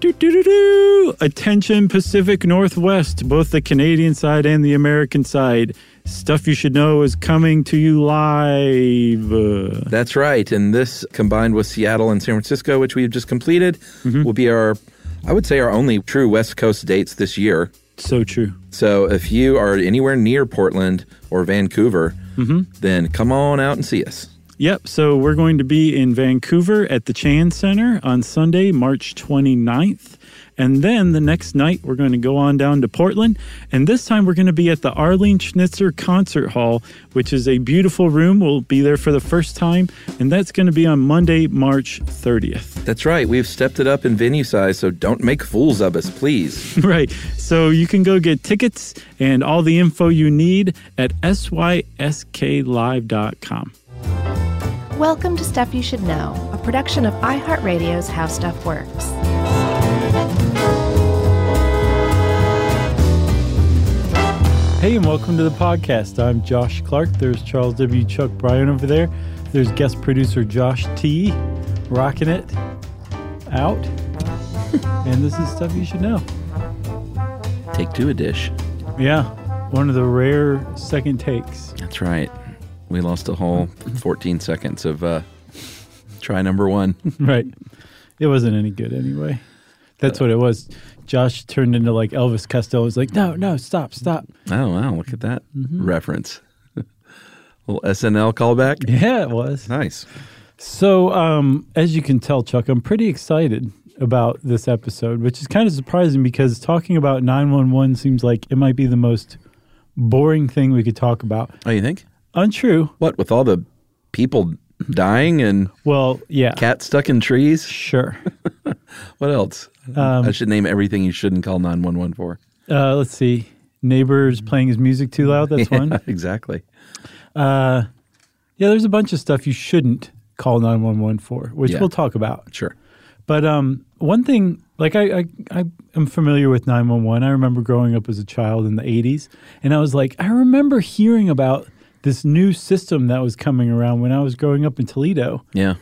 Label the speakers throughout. Speaker 1: Do, do, do, do. Attention, Pacific Northwest, both the Canadian side and the American side. Stuff you should know is coming to you live. Uh,
Speaker 2: That's right. And this, combined with Seattle and San Francisco, which we've just completed, will be our, I would say, our only true West Coast dates this year.
Speaker 1: so true.
Speaker 2: So if you are anywhere near Portland or Vancouver, then come on out and see us.
Speaker 1: Yep. So we're going to be in Vancouver at the Chan Center on Sunday, March 29th. And then the next night, we're going to go on down to Portland. And this time, we're going to be at the Arlene Schnitzer Concert Hall, which is a beautiful room. We'll be there for the first time. And that's going to be on Monday, March 30th.
Speaker 2: That's right. We've stepped it up in venue size, so don't make fools of us, please.
Speaker 1: Right. So you can go get tickets and all the info you need at sysklive.com.
Speaker 3: Welcome to Stuff You Should Know, a production of iHeartRadio's How Stuff Works.
Speaker 1: Hey, and welcome to the podcast. I'm Josh Clark. There's Charles W. Chuck Bryan over there. There's guest producer Josh T. Rocking it out. and this is stuff you should know.
Speaker 2: Take two a dish.
Speaker 1: Yeah, one of the rare second takes.
Speaker 2: That's right. We lost a whole 14 seconds of uh, try number one.
Speaker 1: Right. It wasn't any good anyway. That's what it was. Josh turned into like Elvis Costello. was like, no, no, stop, stop.
Speaker 2: Oh, wow. Look at that reference. Little SNL callback.
Speaker 1: Yeah, it was.
Speaker 2: Nice.
Speaker 1: So, um, as you can tell, Chuck, I'm pretty excited about this episode, which is kind of surprising because talking about 911 seems like it might be the most boring thing we could talk about.
Speaker 2: Oh, you think?
Speaker 1: Untrue.
Speaker 2: What, with all the people dying and
Speaker 1: Well, yeah,
Speaker 2: cats stuck in trees?
Speaker 1: sure.
Speaker 2: What else? I should name everything you shouldn't call 911 for.
Speaker 1: Uh, let's see. Neighbors playing his music too loud. That's one.
Speaker 2: exactly.
Speaker 1: Yeah, there's a bunch of stuff you shouldn't call 911 for, which
Speaker 2: Yeah.
Speaker 1: we'll talk about.
Speaker 2: Sure.
Speaker 1: But um, one thing, like I, I, I am familiar with 911. I remember growing up as a child in the 80s, and I was like, I remember hearing about this new system that was coming around when I was growing up in Toledo.
Speaker 2: Yeah.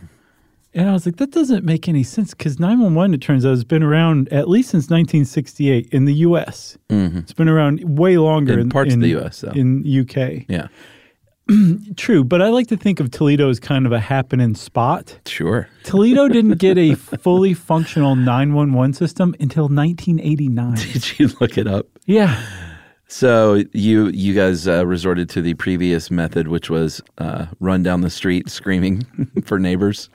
Speaker 1: And I was like, that doesn't make any sense because 911, it turns out, has been around at least since 1968 in the US. It's been around way longer
Speaker 2: Mm-hmm. In parts of the US, though.
Speaker 1: In UK.
Speaker 2: Yeah.
Speaker 1: True, but I like to think of Toledo as kind of a happening spot.
Speaker 2: Sure.
Speaker 1: Toledo didn't get a fully functional 911 system until 1989.
Speaker 2: Did you look it up?
Speaker 1: Yeah.
Speaker 2: So you you guys uh, resorted to the previous method, which was uh, run down the street screaming for neighbors.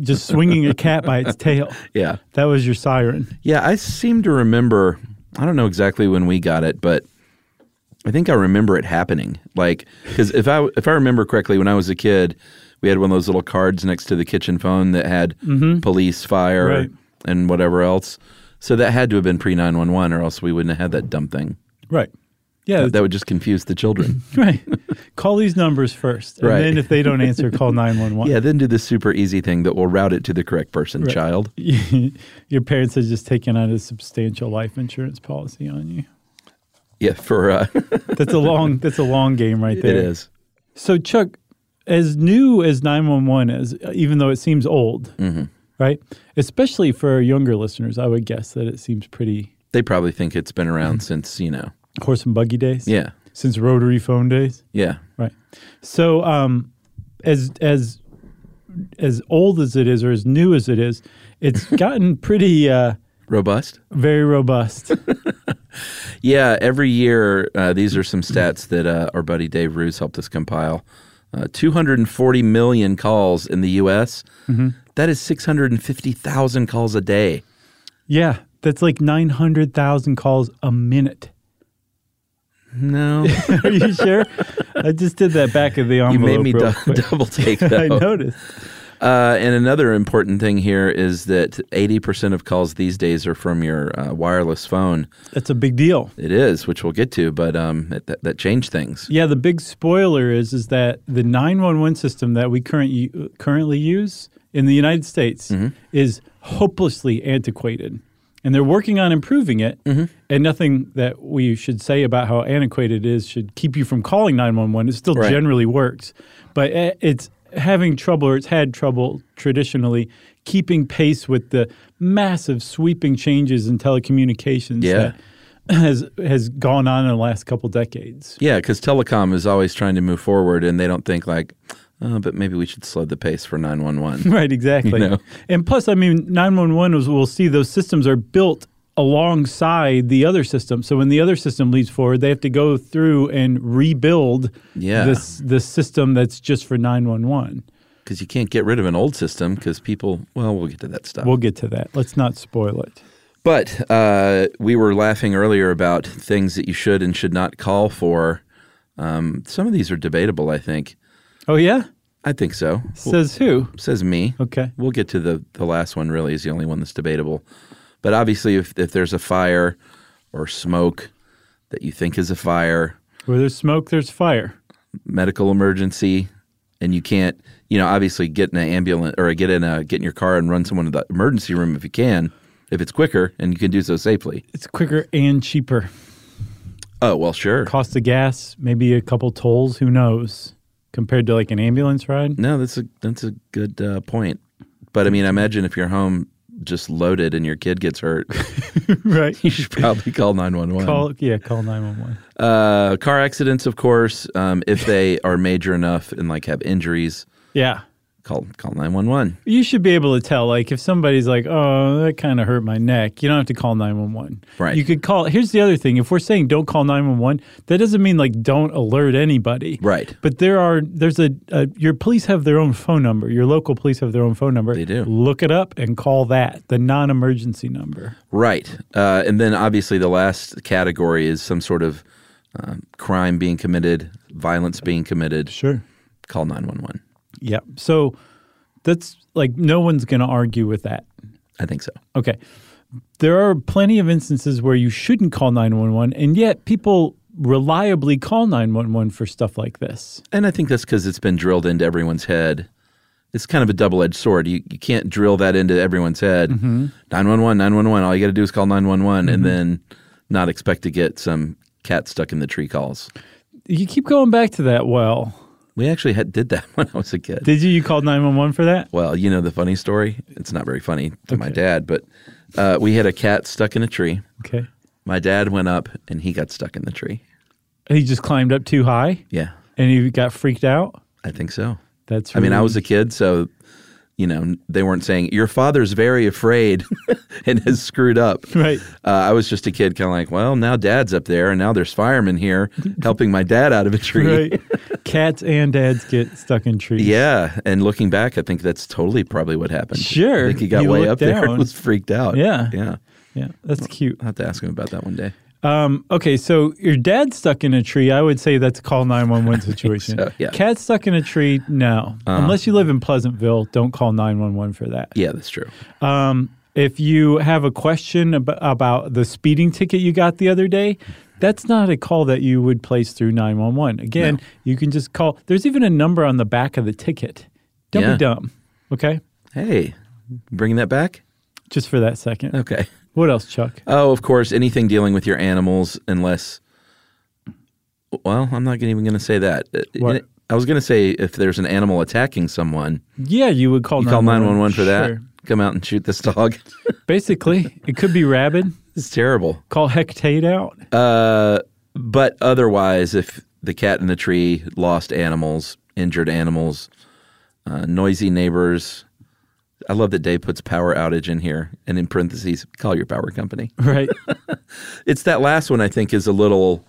Speaker 1: Just swinging a cat by its tail.
Speaker 2: Yeah,
Speaker 1: That was your siren.
Speaker 2: yeah. I seem to remember. I don't know exactly when we got it, but I think I remember it happening. Like because if I if I remember correctly, when I was a kid, we had one of those little cards next to the kitchen phone that had police, fire,
Speaker 1: Mm-hmm. Right.
Speaker 2: and whatever else. So that had to have been pre nine one one, or else we wouldn't have had that dumb thing.
Speaker 1: Right. Yeah.
Speaker 2: That would just confuse the children.
Speaker 1: right. Call these numbers first. And
Speaker 2: Right.
Speaker 1: then if they don't answer, call 911.
Speaker 2: Yeah, then do the super easy thing that will route it to the correct person, child.
Speaker 1: Your parents had just taken out a substantial life insurance policy on you.
Speaker 2: Yeah, for uh,
Speaker 1: That's a long that's a long game right
Speaker 2: it
Speaker 1: there.
Speaker 2: is.
Speaker 1: So, Chuck, as new as 911 is, even though it seems old,
Speaker 2: Mm-hmm.
Speaker 1: right? Especially for our younger listeners, I would guess that it seems pretty
Speaker 2: They probably think it's been
Speaker 1: Mm-hmm.
Speaker 2: around since you know.
Speaker 1: horse and buggy days.
Speaker 2: Yeah,
Speaker 1: Since rotary phone days.
Speaker 2: yeah,
Speaker 1: Right. So, um, as, as, as old as it is or as new as it is, it's gotten pretty uh,
Speaker 2: Robust?
Speaker 1: Very robust.
Speaker 2: Yeah, every year, uh, these are some stats that uh, our buddy Dave Ruse helped us compile. Uh, 240 million calls in the U.S.
Speaker 1: Mm-hmm.
Speaker 2: That is 650,000 calls a day.
Speaker 1: yeah, that's like 900,000 calls a minute.
Speaker 2: No,
Speaker 1: Are you sure? I just did that back of the
Speaker 2: you
Speaker 1: envelope.
Speaker 2: made me
Speaker 1: real
Speaker 2: dou-
Speaker 1: quick.
Speaker 2: double take
Speaker 1: I
Speaker 2: that.
Speaker 1: noticed.
Speaker 2: Uh, and another important thing here is that 80% of calls these days are from your uh, wireless phone.
Speaker 1: That's a big deal.
Speaker 2: It is, which we'll get to, but um, it, that, that changed things.
Speaker 1: Yeah, the big spoiler is is that the 911 system that we current, currently use in the United States
Speaker 2: Mm-hmm.
Speaker 1: is hopelessly antiquated. And they're working on improving it.
Speaker 2: Mm-hmm.
Speaker 1: And nothing that we should say about how antiquated it is should keep you from calling 911. It still
Speaker 2: Right.
Speaker 1: generally works. But i- it's having trouble, or it's had trouble traditionally keeping pace with the massive sweeping changes in telecommunications
Speaker 2: Yeah.
Speaker 1: that has, has gone on in the last couple decades.
Speaker 2: Yeah, because telecom is always trying to move forward, and they don't think like, oh, but maybe we should slow the pace for nine one one.
Speaker 1: Right, exactly.
Speaker 2: know?
Speaker 1: And plus, I mean, 911 was, we'll see those systems are built alongside the other system. So when the other system leads forward, they have to go through and rebuild
Speaker 2: Yeah.
Speaker 1: this this system that's just for 911.
Speaker 2: Because you can't get rid of an old system because people. Well, we'll get to that stuff.
Speaker 1: We'll get to that. Let's not spoil it.
Speaker 2: but uh, we were laughing earlier about things that you should and should not call for. Um, some of these are debatable. I think.
Speaker 1: Oh yeah?
Speaker 2: I think so.
Speaker 1: Says who?
Speaker 2: says me.
Speaker 1: Okay.
Speaker 2: We'll get to the the last one. Really, is the only one that's debatable. But obviously, if if there's a fire or smoke that you think is a fire,
Speaker 1: Where there's smoke, there's fire.
Speaker 2: medical emergency and you can't you know obviously get in an ambulance or get in a get in your car and run someone to the emergency room if you can if it's quicker and you can do so safely
Speaker 1: It's quicker and cheaper.
Speaker 2: oh well sure
Speaker 1: Cost of gas, maybe a couple tolls, who knows? Compared to like an ambulance ride.
Speaker 2: no that's a that's a good uh, point but i mean i imagine if you're home just loaded and your kid gets hurt
Speaker 1: right.
Speaker 2: you should probably call 911
Speaker 1: Call yeah, call 911.
Speaker 2: uh, car accidents of course um, if they are major enough and like have injuries
Speaker 1: Yeah.
Speaker 2: call call 911
Speaker 1: You should be able to tell, like, if somebody's like, "Oh, that kind of hurt my neck," you don't have to call nine one one.
Speaker 2: Right.
Speaker 1: You could call. Here's the other thing: if we're saying don't call nine one one, that doesn't mean like don't alert anybody.
Speaker 2: Right.
Speaker 1: But there are there's a, a your police have their own phone number. Your local police have their own phone number.
Speaker 2: They do.
Speaker 1: Look it up and call that the non-emergency number.
Speaker 2: Right. Uh, and then obviously the last category is some sort of um, crime being committed, violence being committed.
Speaker 1: Sure.
Speaker 2: Call 911.
Speaker 1: Yeah. So that's like no one's going to argue with that.
Speaker 2: I think so.
Speaker 1: Okay. There are plenty of instances where you shouldn't call 911, and yet people reliably call 911 for stuff like this.
Speaker 2: And I think that's because it's been drilled into everyone's head. It's kind of a double edged sword. You, you can't drill that into everyone's head. 911, 911. All you got to do is call 911 and then not expect to get some cat stuck in the tree calls.
Speaker 1: You keep going back to that well.
Speaker 2: We actually had, did that when I was a kid.
Speaker 1: Did you? You called 911 for that?
Speaker 2: Well, you know the funny story? It's not very funny to my dad, but uh, we had a cat stuck in a tree.
Speaker 1: Okay.
Speaker 2: My dad went up and he got stuck in the tree.
Speaker 1: He just climbed up too high
Speaker 2: Yeah,
Speaker 1: and he got freaked out.
Speaker 2: I think so.
Speaker 1: That's
Speaker 2: I mean, I
Speaker 1: really-
Speaker 2: was a kid, so you know they weren't saying your father's very afraid and has screwed up.
Speaker 1: Right.
Speaker 2: Uh, I was just a kid, kind of like, well, now dad's up there, and now there's firemen here helping my dad out of a tree.
Speaker 1: Right. Cats and dads get stuck in trees.
Speaker 2: Yeah, and looking back, I think that's totally probably what happened.
Speaker 1: Sure.
Speaker 2: I think he got
Speaker 1: You
Speaker 2: way
Speaker 1: look
Speaker 2: up there
Speaker 1: down.
Speaker 2: and was freaked out.
Speaker 1: Yeah.
Speaker 2: yeah.
Speaker 1: Yeah. That's cute.
Speaker 2: I'll have to ask him about that one day.
Speaker 1: Um, okay, so your dad's stuck in a tree. I would say that's a call 911 situation.
Speaker 2: so, yeah. Uh-huh.
Speaker 1: Cat's stuck in a tree, no. Unless you live in Pleasantville, don't call 911 for that.
Speaker 2: Yeah, that's true.
Speaker 1: Um, if you have a question ab- about the speeding ticket you got the other day, that's not a call that you would place through 911. Again, you can just call. There's even a number on the back of the ticket. Don't
Speaker 2: Yeah.
Speaker 1: be dumb, okay?
Speaker 2: Hey, bringing that back?
Speaker 1: Just for that second.
Speaker 2: Okay.
Speaker 1: What else, Chuck?
Speaker 2: Oh, of course, anything dealing with your animals, unless. Well, I'm not gonna- even going to say that. Uh,
Speaker 1: What?
Speaker 2: I was going to say if there's an animal attacking someone,
Speaker 1: Yeah, you would call
Speaker 2: you call 911 for that. Come out and shoot this dog.
Speaker 1: that. Basically, it could be rabid.
Speaker 2: it's terrible.
Speaker 1: Call Hectate out.
Speaker 2: Uh, but otherwise, if the cat in the tree, lost animals, injured animals, uh, noisy neighbors, I love that Dave puts power outage in here and in parentheses, call your power company.
Speaker 1: Right.
Speaker 2: It's that last one I think is a little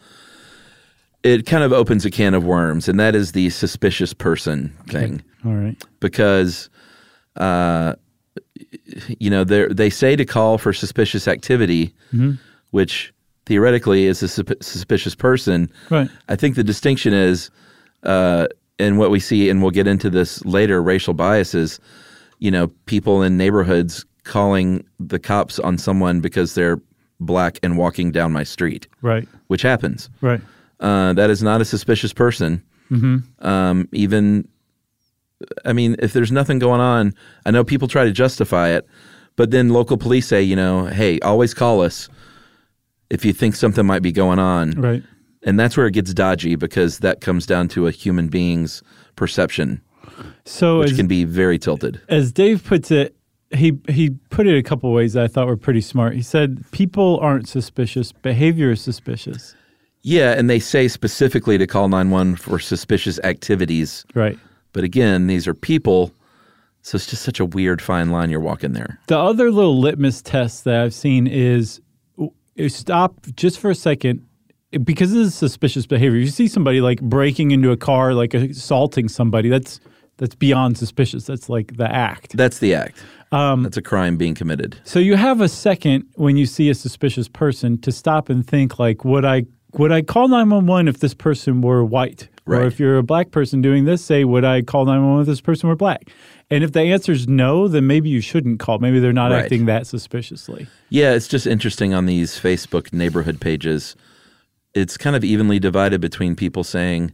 Speaker 2: it kind of opens a can of worms, and that is the suspicious person thing.
Speaker 1: All right.
Speaker 2: Because uh, you know, they they say to call for suspicious activity, which theoretically is a sup- suspicious person.
Speaker 1: Right.
Speaker 2: I think the distinction is, uh, and what we see, and we'll get into this later, racial biases. You know, people in neighborhoods calling the cops on someone because they're black and walking down my street,
Speaker 1: Right.
Speaker 2: which happens.
Speaker 1: Right.
Speaker 2: Uh, that is not a suspicious person. Um, even, I mean, if there's nothing going on, I know people try to justify it, but then local police say, you know, hey, always call us if you think something might be going on.
Speaker 1: Right.
Speaker 2: And that's where it gets dodgy because that comes down to a human being's perception,
Speaker 1: So
Speaker 2: which
Speaker 1: as,
Speaker 2: can be very tilted.
Speaker 1: as Dave puts it, he he put it a couple ways that I thought were pretty smart. He said people aren't suspicious, behavior is suspicious.
Speaker 2: Yeah, and they say specifically to call 911 for suspicious activities.
Speaker 1: Right.
Speaker 2: But again, these are people. So it's just such a weird fine line you're walking there.
Speaker 1: The other little litmus test that I've seen is w- is stop just for a second because this is suspicious behavior. You see somebody like breaking into a car, like assaulting somebody. That's that's beyond suspicious. That's like the act.
Speaker 2: That's the act. Um, That's a crime being committed.
Speaker 1: So you have a second when you see a suspicious person to stop and think like, would I would I call nine one one if this person were white? Or
Speaker 2: Right.
Speaker 1: if you're a black person doing this, say, would I call nine one one if this person were black? And if the answer is no, then maybe you shouldn't call. Maybe they're not
Speaker 2: Right.
Speaker 1: acting that suspiciously.
Speaker 2: Yeah, it's just interesting on these Facebook neighborhood pages. It's kind of evenly divided between people saying,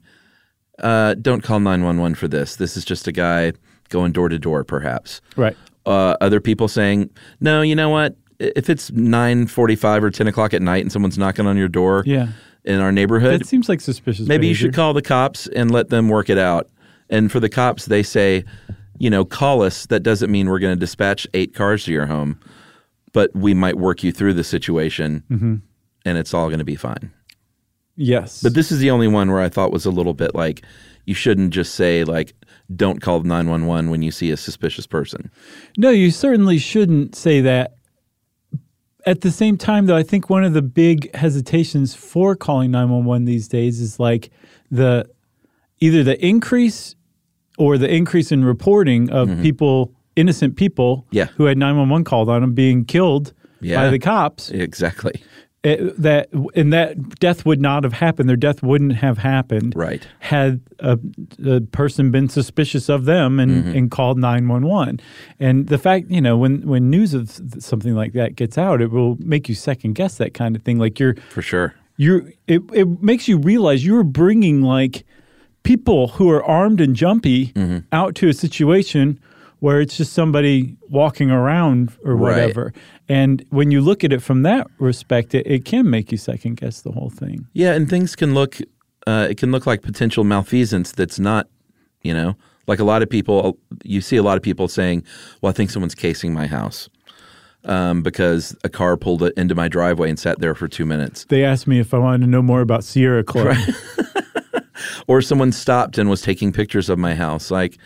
Speaker 2: uh, don't call 911 for this. This is just a guy going door to door, perhaps.
Speaker 1: Right.
Speaker 2: uh, other people saying, "No, you know what? If it's nine forty-five or ten o'clock at night and someone's knocking on your door,
Speaker 1: Yeah.
Speaker 2: in our neighborhood,
Speaker 1: That seems like suspicious.
Speaker 2: maybe you should call the cops and let them work it out." And for the cops, they say, "You know, call us. That doesn't mean we're going to dispatch eight cars to your home, but we might work you through the situation, and it's all going to be fine."
Speaker 1: Yes.
Speaker 2: But this is the only one where I thought was a little bit like you shouldn't just say like, "Don't call nine one one when you see a suspicious person."
Speaker 1: No, you certainly shouldn't say that. At the same time, though, I think one of the big hesitations for calling 911 these days is like the either the increase or the increase in reporting of people, innocent people
Speaker 2: Mm-hmm. Yeah.
Speaker 1: who had 911 called on them being killed by
Speaker 2: Yeah.
Speaker 1: the cops.
Speaker 2: Exactly.
Speaker 1: It- that and that death would not have happened. Their death wouldn't have happened
Speaker 2: Right.
Speaker 1: had a, a person been suspicious of them and, and called 911. And the fact, you know, when, when news of s- something like that gets out, it will make you second guess that kind of thing. Like you're,
Speaker 2: For sure.
Speaker 1: you're, it, it makes you realize you're bringing like people who are armed and jumpy
Speaker 2: Mm-hmm.
Speaker 1: out to a situation where it's just somebody walking around or
Speaker 2: Right.
Speaker 1: whatever. And when you look at it from that respect, it, it can make you second guess the whole thing.
Speaker 2: Yeah, and things can look uh, it can look like potential malfeasance that's not, you know, like a lot of people you see a lot of people saying, "Well, I think someone's casing my house." Um, because a car pulled it into my driveway and sat there for two minutes,
Speaker 1: They asked me if I wanted to know more about Sierra Club.
Speaker 2: or someone stopped and was taking pictures of my house. Like,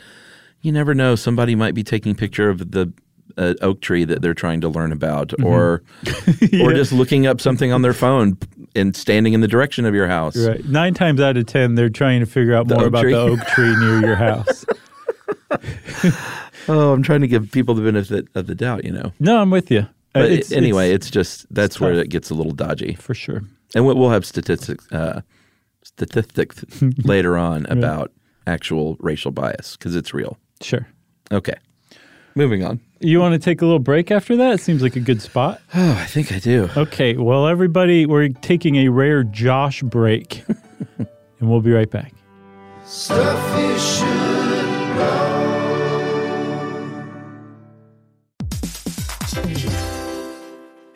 Speaker 2: you never know; somebody might be taking picture of the uh, oak tree that they're trying to learn about, or or just looking up something on their phone and standing in the direction of your house.
Speaker 1: Right. Nine times out of ten, they're trying to figure out more
Speaker 2: oak
Speaker 1: about
Speaker 2: tree.
Speaker 1: the oak tree near your house.
Speaker 2: Oh, I'm trying to give people the benefit of the doubt, you know.
Speaker 1: No, I'm with you. Uh,
Speaker 2: But
Speaker 1: it's-
Speaker 2: it- anyway,
Speaker 1: it's-
Speaker 2: it's, just that's where
Speaker 1: tough.
Speaker 2: it gets a little dodgy,
Speaker 1: for sure.
Speaker 2: and we- we'll have statistics uh, statistics later on about actual racial bias because it's real.
Speaker 1: Sure.
Speaker 2: Okay, moving on.
Speaker 1: You want to take a little break after that? It seems like a good spot.
Speaker 2: Oh, I think I do.
Speaker 1: Okay. Well, everybody, we're taking a rare Josh break, and we'll be right back.
Speaker 4: Stuff you should know.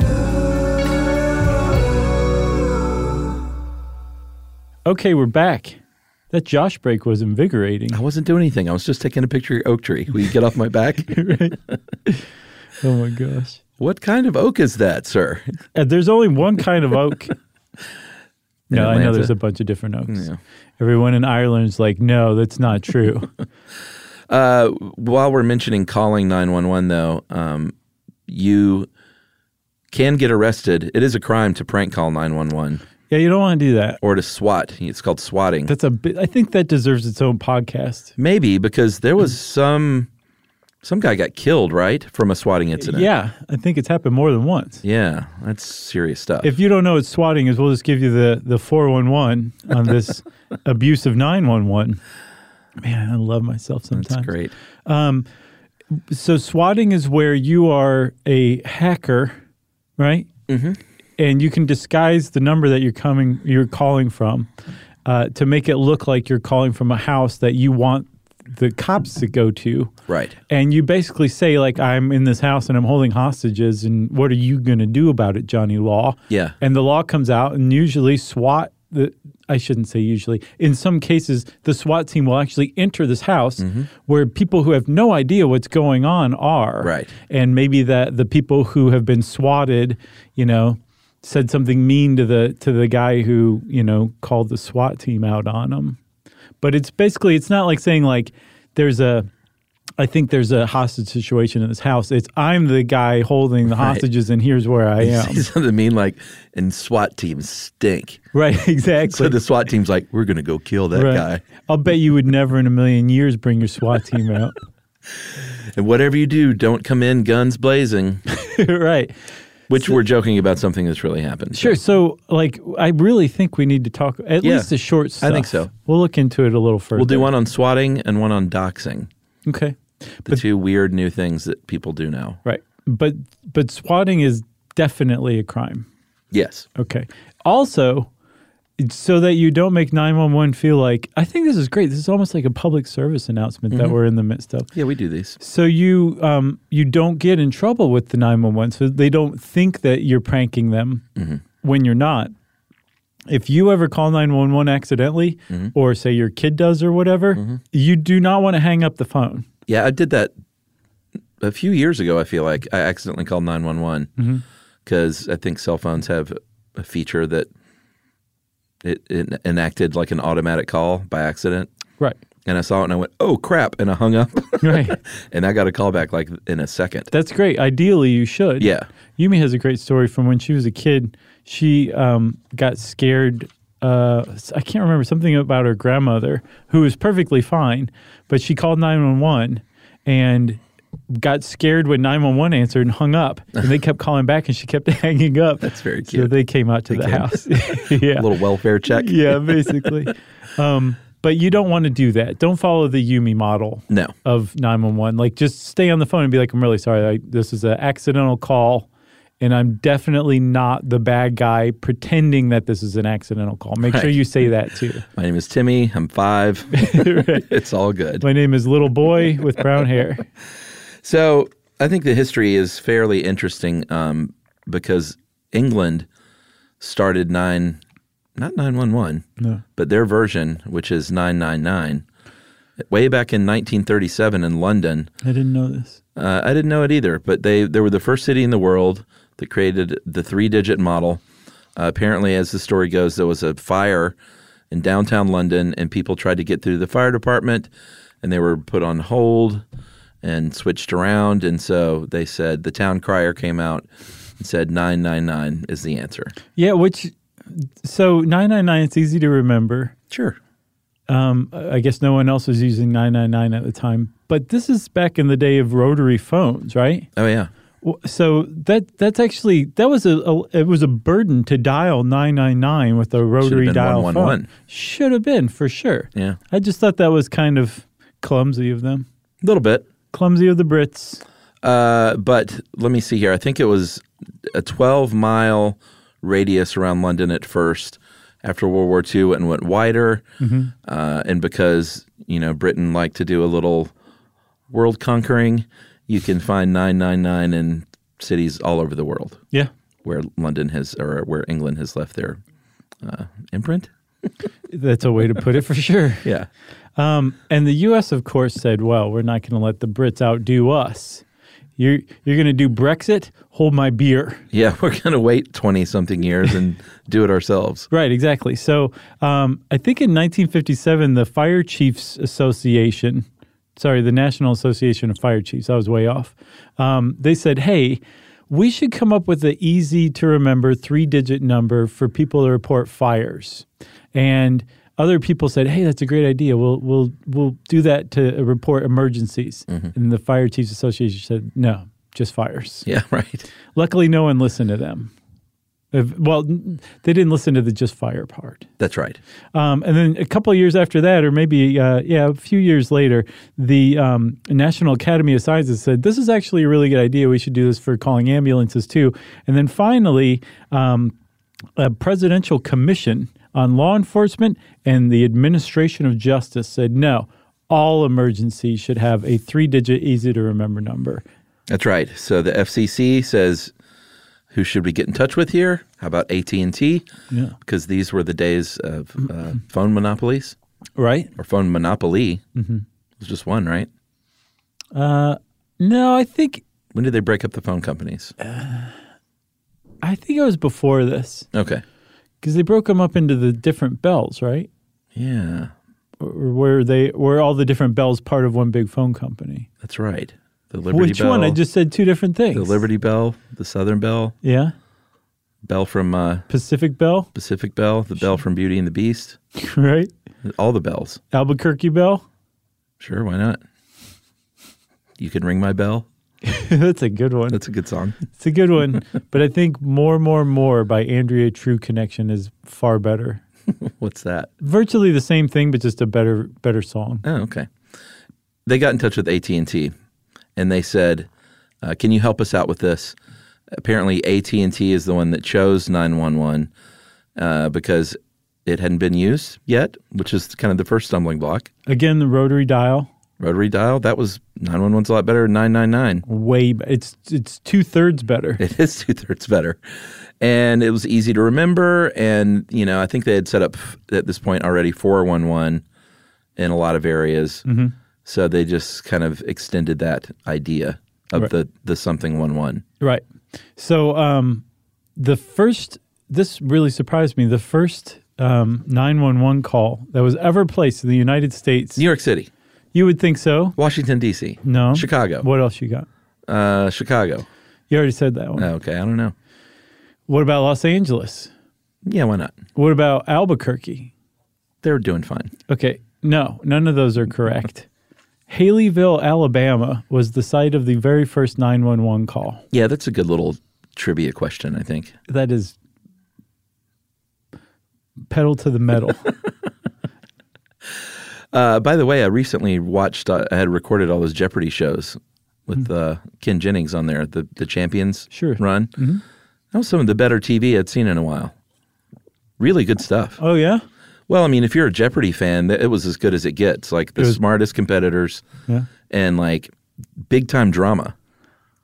Speaker 4: know.
Speaker 1: Okay, we're back. That Josh break was invigorating.
Speaker 2: I wasn't doing anything. I was just taking a picture of your oak tree. Will you get off my back?
Speaker 1: Oh my gosh.
Speaker 2: what kind of oak is that, sir?
Speaker 1: Uh, there's only one kind of oak. no, I know
Speaker 2: Atlanta.
Speaker 1: there's a bunch of different oaks. Everyone in Ireland's like, no, that's not true.
Speaker 2: Uh, while we're mentioning calling 911, though, um, you can get arrested. It is a crime to prank call 911
Speaker 1: yeah, you don't want to do that.
Speaker 2: or to SWAT. It's called swatting.
Speaker 1: That's a bit, I think that deserves its own podcast.
Speaker 2: Maybe because there was some some guy got killed, right, from a swatting incident.
Speaker 1: Yeah, I think it's happened more than once.
Speaker 2: yeah, that's serious stuff.
Speaker 1: If you don't know what swatting is, we'll just give you the, the 411 on this abuse of 911. Man, I love myself sometimes.
Speaker 2: that's great.
Speaker 1: So swatting is where you are a hacker, right? Mm-hmm. And you can disguise the number that you're coming, you're calling from, uh, to make it look like you're calling from a house that you want the cops to go to.
Speaker 2: Right.
Speaker 1: And you basically say like, "I'm in this house and I'm holding hostages, and what are you going to do about it, Johnny Law?"
Speaker 2: Yeah.
Speaker 1: And the law comes out, and usually SWAT. The I shouldn't say usually. In some cases, the SWAT team will actually enter this house
Speaker 2: Mm-hmm.
Speaker 1: where people who have no idea what's going on are.
Speaker 2: Right.
Speaker 1: And maybe that the people who have been swatted, you know, said something mean to the to the guy who you know called the SWAT team out on them. But it's basically it's not like saying like there's a I think there's a hostage situation in this house. It's I'm the guy holding the hostages and here's where I
Speaker 2: You
Speaker 1: am.
Speaker 2: say something mean like, and SWAT teams stink.
Speaker 1: right,
Speaker 2: So
Speaker 1: exactly.
Speaker 2: the SWAT team's like, we're going to go kill that
Speaker 1: right.
Speaker 2: guy.
Speaker 1: I'll bet you would never in a million years bring your SWAT team out.
Speaker 2: And whatever you do, don't come in guns blazing,
Speaker 1: right.
Speaker 2: which we're joking about something that's really happened.
Speaker 1: Sure. So like I really think we need to talk at
Speaker 2: Yeah.
Speaker 1: least the short stuff.
Speaker 2: I think so.
Speaker 1: We'll look into it a little further.
Speaker 2: We'll do one on swatting and one on doxing,
Speaker 1: Okay.
Speaker 2: the two weird new things that people do now.
Speaker 1: Right. But but swatting is definitely a crime.
Speaker 2: Yes.
Speaker 1: Okay. Also, it's so that you don't make 911 feel like I think this is great. This is almost like a public service announcement that we're in the midst of.
Speaker 2: Yeah, we do these.
Speaker 1: So you um, you don't get in trouble with the 911. So they don't think that you're pranking them when you're not. If you ever call 911 accidentally or say your kid does or whatever, you do not want to hang up the phone.
Speaker 2: Yeah, I did that a few years ago. I feel like I accidentally called nine one
Speaker 1: Mm-hmm.
Speaker 2: one because I think cell phones have a feature that it, it enacted like an automatic call by accident.
Speaker 1: Right.
Speaker 2: And I saw it and I went, "Oh crap!" and I hung up.
Speaker 1: Right.
Speaker 2: and I got a call back like in a second.
Speaker 1: That's great. Ideally, you should.
Speaker 2: Yeah.
Speaker 1: Yumi has a great story from when she was a kid. She um, got scared. Uh, I can't remember something about her grandmother who was perfectly fine, but she called 911 and got scared when 911 answered and hung up. And they kept calling back and she kept hanging up.
Speaker 2: That's very
Speaker 1: So
Speaker 2: cute.
Speaker 1: they came out to the
Speaker 2: came.
Speaker 1: house. yeah.
Speaker 2: A little welfare check.
Speaker 1: Yeah, basically. um, But you don't want to do that. Don't follow the Yumi model
Speaker 2: No.
Speaker 1: of 911. Like, just stay on the phone and be like, I'm really sorry. I, this is an accidental call, and I'm definitely not the bad guy pretending that this is an accidental call. Make sure
Speaker 2: Right.
Speaker 1: you say that too.
Speaker 2: My name is Timmy. I'm five. It's all good.
Speaker 1: My name is Little Boy with Brown Hair.
Speaker 2: So I think the history is fairly interesting um, because England started nine, not nine one one, but their version, which is nine nine nine, way back in 1937 in London.
Speaker 1: I didn't know this.
Speaker 2: Uh, I didn't know it either, but they they were the first city in the world that created the three digit model. Uh, apparently, as the story goes, there was a fire in downtown London, and people tried to get through the fire department, and they were put on hold and switched around, and so they said the town crier came out and said nine nine nine is the answer.
Speaker 1: Yeah, which so 999. It's easy to remember.
Speaker 2: Sure.
Speaker 1: Um, I guess no one else was using 999 at the time. But this is back in the day of rotary phones, right?
Speaker 2: Oh yeah.
Speaker 1: W- So that that's actually that was a, a it was a burden to dial 999 with a rotary
Speaker 2: been
Speaker 1: dial
Speaker 2: 111.
Speaker 1: phone. Should have been for sure.
Speaker 2: Yeah.
Speaker 1: I just thought that was kind of clumsy of them.
Speaker 2: A little bit.
Speaker 1: Clumsy of the Brits.
Speaker 2: Uh, but let me see here. I think it was a 12 mile radius around London at first. After World War II, and went wider. Uh, and because you know Britain liked to do a little world conquering, you can find 999 in cities all over the world
Speaker 1: Yeah.
Speaker 2: where London has or where England has left their uh, imprint.
Speaker 1: That's a way to put it for sure.
Speaker 2: Yeah.
Speaker 1: And the U.S. of course said, "Well, we're not going to let the Brits outdo us. You're you're going to do Brexit. Hold my beer."
Speaker 2: Yeah, we're going to wait 20 something years and do it ourselves.
Speaker 1: Right, exactly. So um, I think in 1957, the Fire Chiefs Association, sorry, the National Association of Fire Chiefs, I was way off, um, they said, hey, we should come up with an easy to remember three digit number for people to report fires. And other people said, "Hey, that's a great idea. We'll we'll we'll do that to report emergencies." And the Fire Chiefs Association said, "No, just fires."
Speaker 2: Yeah, right.
Speaker 1: Luckily, no one listened to them. If- well, n- they didn't listen to the just fire part.
Speaker 2: That's right.
Speaker 1: Um, and then a couple of years after that, or maybe, uh, yeah, a few years later, the um, National Academy of Sciences said, this is actually a really good idea. We should do this for calling ambulances too. And then finally, um, a presidential commission on law enforcement and the administration of justice said, no, all emergencies should have a three digit, easy to remember number.
Speaker 2: That's right. So the FCC says, "Who should we get in touch with here? How about AT and T?
Speaker 1: Yeah.
Speaker 2: Because these were the days of uh, phone monopolies
Speaker 1: Right?
Speaker 2: or phone monopoly. Mm-hmm. It was just one, right?
Speaker 1: No, I think
Speaker 2: When did they break up the phone companies?
Speaker 1: I think it was before this
Speaker 2: Okay,
Speaker 1: because they broke them up into the different bells, right?
Speaker 2: yeah,
Speaker 1: Or- Or were they were all the different bells part of one big phone company?
Speaker 2: that's right. The Liberty
Speaker 1: Which
Speaker 2: Bell.
Speaker 1: one? I just said two different things.
Speaker 2: the Liberty Bell, the Southern Bell,
Speaker 1: Yeah,
Speaker 2: Bell from uh,
Speaker 1: Pacific Bell,
Speaker 2: Pacific Bell, the Bell from Beauty and the Beast,
Speaker 1: right?
Speaker 2: all the bells.
Speaker 1: Albuquerque Bell.
Speaker 2: Sure, why not? You can ring my bell.
Speaker 1: That's a good one.
Speaker 2: That's a good song.
Speaker 1: It's a good one. but I think more, more, more by Andrea True Connection is far better.
Speaker 2: What's that?
Speaker 1: Virtually the same thing, but just a better, better song.
Speaker 2: Oh, okay. They got in touch with AT and T, and they said, uh, "Can you help us out with this?" Apparently, AT and T is the one that chose nine one one uh, because it hadn't been used yet, which is kind of the first stumbling block.
Speaker 1: Again, the rotary dial.
Speaker 2: Rotary dial that was nine one one's a lot better. Nine nine nine.
Speaker 1: Way, be- it's it's two thirds better.
Speaker 2: It is two thirds better, and it was easy to remember. And you know, I think they had set up f- at this point already four one one in a lot of areas,
Speaker 1: Mm-hmm.
Speaker 2: so they just kind of extended that idea of
Speaker 1: Right.
Speaker 2: the the something one one.
Speaker 1: Right. So um, the first, this really surprised me. The first um, 911 call that was ever placed in the United States.
Speaker 2: New York City,
Speaker 1: You would think so.
Speaker 2: Washington D.C.,
Speaker 1: No.
Speaker 2: Chicago,
Speaker 1: What else you got?
Speaker 2: uh, Chicago. Oh,
Speaker 1: You already said that one.
Speaker 2: Okay, I don't know.
Speaker 1: What about Los Angeles?
Speaker 2: Yeah, why not?
Speaker 1: What about Albuquerque?
Speaker 2: They're doing fine.
Speaker 1: Okay. No, none of those are correct. Haleyville, Alabama was the site of the very first 911 call.
Speaker 2: Yeah, that's a good little trivia question. I think
Speaker 1: That is pedal to the metal.
Speaker 2: Uh, by the way, I recently watched. Uh, I had recorded all those Jeopardy shows with uh, Ken Jennings on there, the the Champions
Speaker 1: Hmm. Sure. Mm-hmm.
Speaker 2: run. That was some of the better TV I'd seen in a while. Really good stuff.
Speaker 1: Oh yeah,
Speaker 2: Well, I mean, if you're a Jeopardy fan, th- it was as good as it gets. Like the
Speaker 1: was-
Speaker 2: smartest competitors,
Speaker 1: Yeah.
Speaker 2: and like big time drama,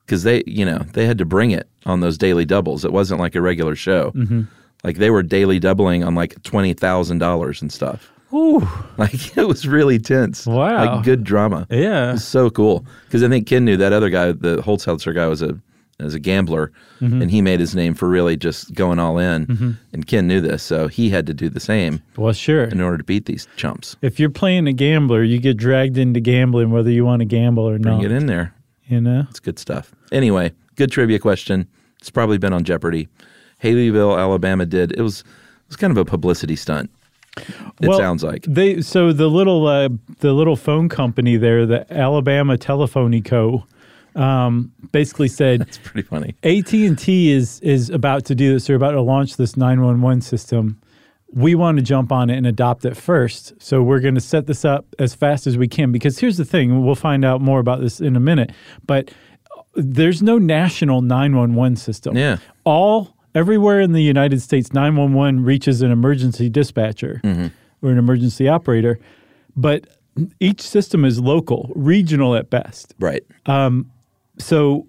Speaker 2: because they, you know, they had to bring it on those daily doubles. It wasn't like a regular show.
Speaker 1: Mm-hmm.
Speaker 2: Like they were daily doubling on like twenty thousand dollars and stuff.
Speaker 1: Ooh.
Speaker 2: Like it was really tense.
Speaker 1: Wow.
Speaker 2: Like good drama. It
Speaker 1: yeah.
Speaker 2: was so cool because I think Ken knew that other guy, the Holzhauser guy, was a as a gambler,
Speaker 1: Mm-hmm.
Speaker 2: and he made his name for really just going all in. And Ken knew this, so he had to do the same
Speaker 1: Well, sure.
Speaker 2: in order to beat these chumps.
Speaker 1: If you're playing a gambler, you get dragged into gambling whether you want to gamble or
Speaker 2: Bring
Speaker 1: not.
Speaker 2: it in there.
Speaker 1: You know.
Speaker 2: It's good stuff. Anyway, good trivia question. It's probably been on Jeopardy. Haleyville, Alabama did. It was it was kind of a publicity stunt. It
Speaker 1: Well,
Speaker 2: sounds like.
Speaker 1: They so the little uh, the little phone company there, the Alabama Telephony Co. Um, basically said
Speaker 2: It's pretty funny.
Speaker 1: AT and T is is about to do this. They're about to launch this nine one one system. We want to jump on it and adopt it first. So we're going to set this up as fast as we can. Because here's the thing: we'll find out more about this in a minute. But uh, there's no national nine one one system.
Speaker 2: Yeah.
Speaker 1: all everywhere in the United States, nine one one reaches an emergency dispatcher or an emergency operator, but each system is local, regional at best
Speaker 2: Right.
Speaker 1: so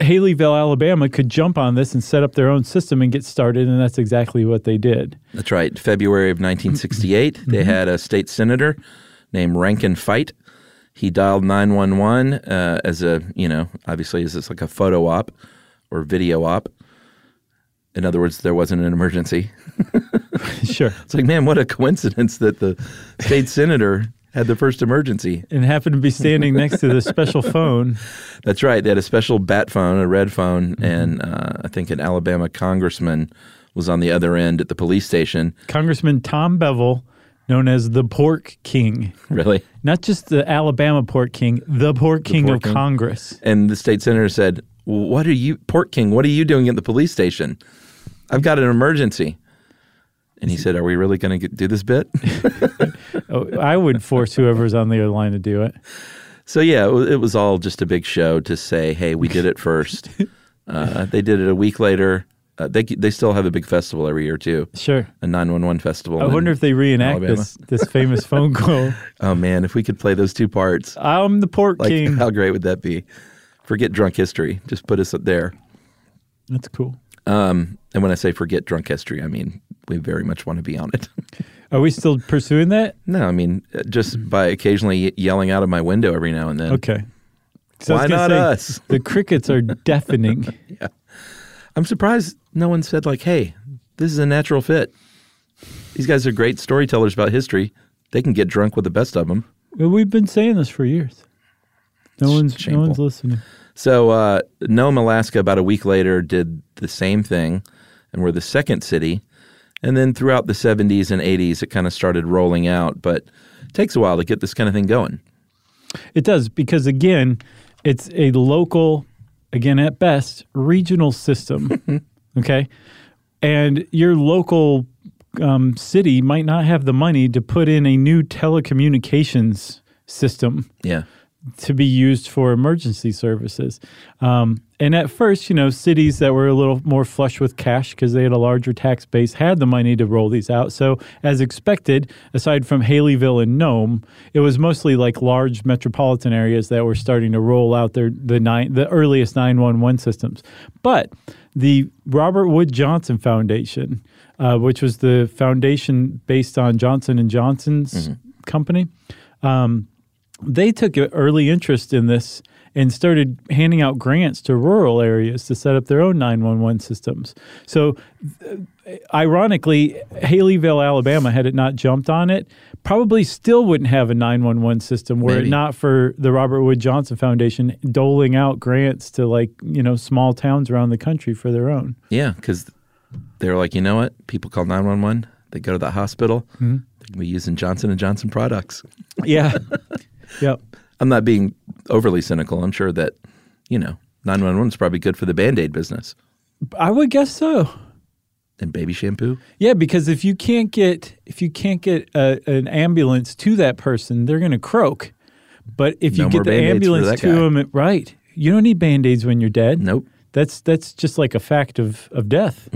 Speaker 1: Haleyville, Alabama could jump on this and set up their own system and get started, and that's exactly what they did.
Speaker 2: That's right. February of 1968, they had a state senator named Rankin Fight. He dialed 911 uh, as a, you know, obviously as it's like a photo op or video op. In other words, there wasn't an emergency.
Speaker 1: sure.
Speaker 2: It's like, man, what a coincidence that the state senator had the first emergency.
Speaker 1: And happened to be standing next to the special phone.
Speaker 2: That's right. They had a special bat phone, a red phone, and uh, I think an Alabama congressman was on the other end at the police station.
Speaker 1: Congressman Tom Bevel, known as the Pork King.
Speaker 2: Really?
Speaker 1: Not just the Alabama Pork King, the Pork King
Speaker 2: Pork
Speaker 1: of
Speaker 2: King.
Speaker 1: Congress.
Speaker 2: And the state senator said, What are you, Port King, what are you doing at the police station? I've got an emergency. And he said, Are we really going to do this bit?
Speaker 1: Oh, I would force whoever's on the other line to do it.
Speaker 2: so, yeah, it wa- it was all just a big show to say, Hey, we did it first. uh, they did it a week later. Uh, they, they still have a big festival every year, too.
Speaker 1: Sure.
Speaker 2: a 911 festival.
Speaker 1: I
Speaker 2: in-
Speaker 1: wonder if they reenact
Speaker 2: Alabama.
Speaker 1: this this famous phone call.
Speaker 2: Oh man, if we could play those two parts,
Speaker 1: I'm the Pork
Speaker 2: like
Speaker 1: Uh, King.
Speaker 2: how great would that be? Forget drunk history. Just put us up there.
Speaker 1: That's cool.
Speaker 2: And when I say forget drunk history, I mean we very much want to be on it.
Speaker 1: Are we still pursuing that?
Speaker 2: no, I mean uh, just by occasionally y- yelling out of my window every now and then.
Speaker 1: Okay. So I
Speaker 2: Why
Speaker 1: was gonna
Speaker 2: not
Speaker 1: say,
Speaker 2: us?
Speaker 1: The crickets are deafening.
Speaker 2: I'm surprised no one said like, "Hey, this is a natural fit." These guys are great storytellers about history. They can get drunk with the best of them.
Speaker 1: Well, We've been saying this for years. No one's
Speaker 2: shameful.
Speaker 1: no one's listening.
Speaker 2: So uh, Nome, Alaska, about a week later, did the same thing, and were the second city. And then throughout the 70s and 80s, it kind of started rolling out, but it takes a while to get this kind of thing going.
Speaker 1: It does because again, it's a local, again at best, regional system. okay, and your local um, city might not have the money to put in a new telecommunications system
Speaker 2: Yeah,
Speaker 1: to be used for emergency services. Um, and at first, you know, cities that were a little more flush with cash because they had a larger tax base had the money to roll these out. So, as expected, aside from Haleyville and Nome, it was mostly like large metropolitan areas that were starting to roll out their the nine the earliest 911 systems. But the Robert Wood Johnson Foundation, uh, which was the foundation based on Johnson and Johnson's company, they took an early interest in this and started handing out grants to rural areas to set up their own 911 systems. So, th- ironically, Haleyville, Alabama, had it not jumped on it, probably still wouldn't have a 911 system were
Speaker 2: Maybe.
Speaker 1: it not for the Robert Wood Johnson Foundation doling out grants to like, you know, small towns around the country for their own.
Speaker 2: yeah, because they're like, you know what? People call 911. They go to the hospital. They can be using Johnson and Johnson products.
Speaker 1: Yeah. yep.
Speaker 2: I'm not being overly cynical. I'm sure that you know 911 is probably good for the Band Aid business.
Speaker 1: I would guess so.
Speaker 2: and baby shampoo.
Speaker 1: Yeah, because if you can't get if you can't get a, an ambulance to that person, they're going to croak. But if
Speaker 2: No
Speaker 1: you get
Speaker 2: more
Speaker 1: the
Speaker 2: Band-Aids for
Speaker 1: ambulance
Speaker 2: that
Speaker 1: to
Speaker 2: guy.
Speaker 1: them, it, right? You don't need band aids when you're dead.
Speaker 2: Nope. Mm-hmm.
Speaker 1: That's that's just like a fact of of death.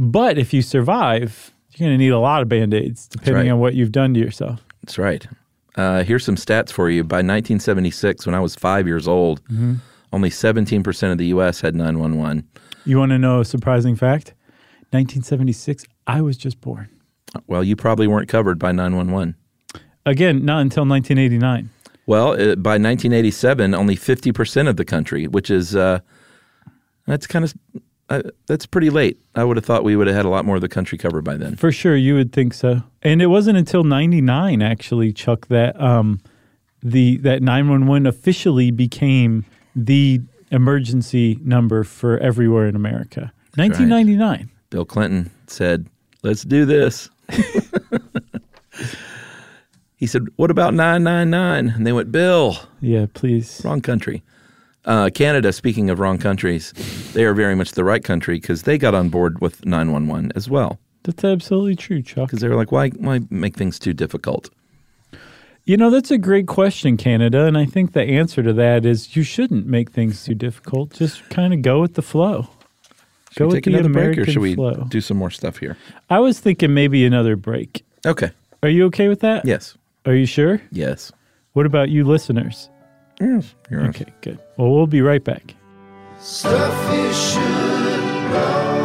Speaker 1: But if you survive, you're going to need a lot of band aids, depending
Speaker 2: right.
Speaker 1: on what you've done to yourself.
Speaker 2: That's right. Uh, here's some stats for you. By 1976, when I was five years old, only 17% of the U.S. had 911.
Speaker 1: You want to know a surprising fact? 1976, I was just born.
Speaker 2: Well, you probably weren't covered by 911.
Speaker 1: Again, not until 1989.
Speaker 2: Well, uh, by 1987, only 50% of the country, which is uh, that's kind of uh, that's pretty late. I would have thought we would have had a lot more of the country covered by then.
Speaker 1: For sure, you would think so. And it wasn't until '99, actually, Chuck, that um, the that 911 officially became the emergency number for everywhere in America. 1999.
Speaker 2: Bill Clinton said, "Let's do this." he said, "What about 999?" And they went, "Bill,
Speaker 1: Yeah, please.
Speaker 2: wrong country." Uh, Canada, speaking of wrong countries, they are very much the right country because they got on board with 911 as well.
Speaker 1: That's absolutely true, Chuck.
Speaker 2: Because they were like, why, why make things too difficult?
Speaker 1: You know, that's a great question, Canada. And I think the answer to that is you shouldn't make things too difficult. Just kind of go with the flow.
Speaker 2: Should
Speaker 1: go
Speaker 2: we
Speaker 1: with
Speaker 2: take
Speaker 1: the
Speaker 2: another
Speaker 1: American
Speaker 2: break or should we
Speaker 1: flow.
Speaker 2: do some more stuff here?
Speaker 1: I was thinking maybe another break.
Speaker 2: Okay.
Speaker 1: Are you okay with that?
Speaker 2: Yes.
Speaker 1: Are you sure?
Speaker 2: Yes.
Speaker 1: What about you, listeners?
Speaker 2: Yes. You're right.
Speaker 1: Okay, good. Well, we'll be right back.
Speaker 4: Stuff you should know.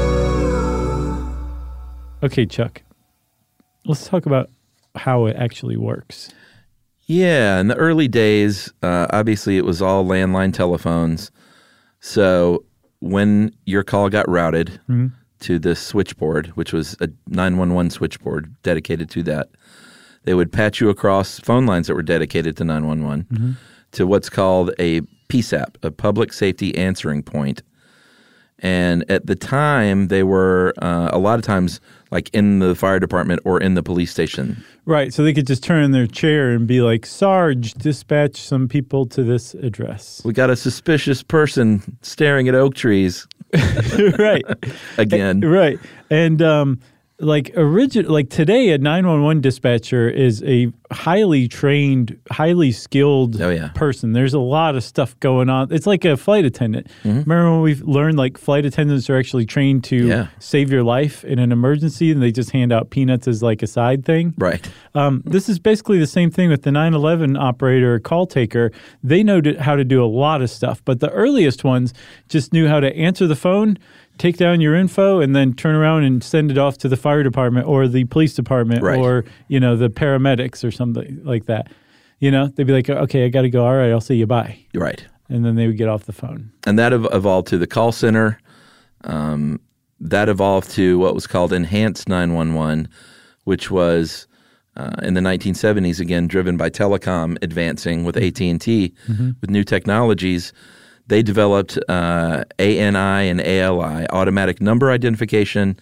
Speaker 4: know.
Speaker 1: Okay, Chuck. Let's talk about how it actually works.
Speaker 2: Yeah, in the early days, uh, obviously it was all landline telephones. So when your call got routed to the switchboard, which was a 911 switchboard dedicated to that, they would patch you across phone lines that were dedicated to 911 to what's called a PSAP, a public safety answering point. And at the time, they were uh, a lot of times like in the fire department or in the police station.
Speaker 1: Right, so they could just turn in their chair and be like, "Sarge, dispatch some people to this address."
Speaker 2: We got a suspicious person staring at oak trees
Speaker 1: right.
Speaker 2: again.
Speaker 1: Right. And um like origin like today a 911 dispatcher is a highly trained, highly skilled
Speaker 2: Oh, yeah.
Speaker 1: person. There's a lot of stuff going on. It's like a flight attendant. Remember when we've learned like flight attendants are actually trained to
Speaker 2: Mm-hmm. Yeah.
Speaker 1: save your life in an emergency and they just hand out peanuts as like a side thing?
Speaker 2: Right.
Speaker 1: Um, this is basically the same thing with the 911 operator call taker. They know to, how to do a lot of stuff, but the earliest ones just knew how to answer the phone, take down your info, and then turn around and send it off to the fire department or the police department
Speaker 2: Right.
Speaker 1: or you know the paramedics or something like that. You know, they'd be like, "Okay, I got to go. All right, I'll see you. Bye."
Speaker 2: Right.
Speaker 1: And then they would get off the phone.
Speaker 2: and that ev- evolved to the call center. Um, that evolved to what was called enhanced 911, which was uh, in the 1970s again driven by telecom advancing with AT&T
Speaker 1: Mm-hmm.
Speaker 2: with new technologies. They developed uh, ANI and ALI, automatic number identification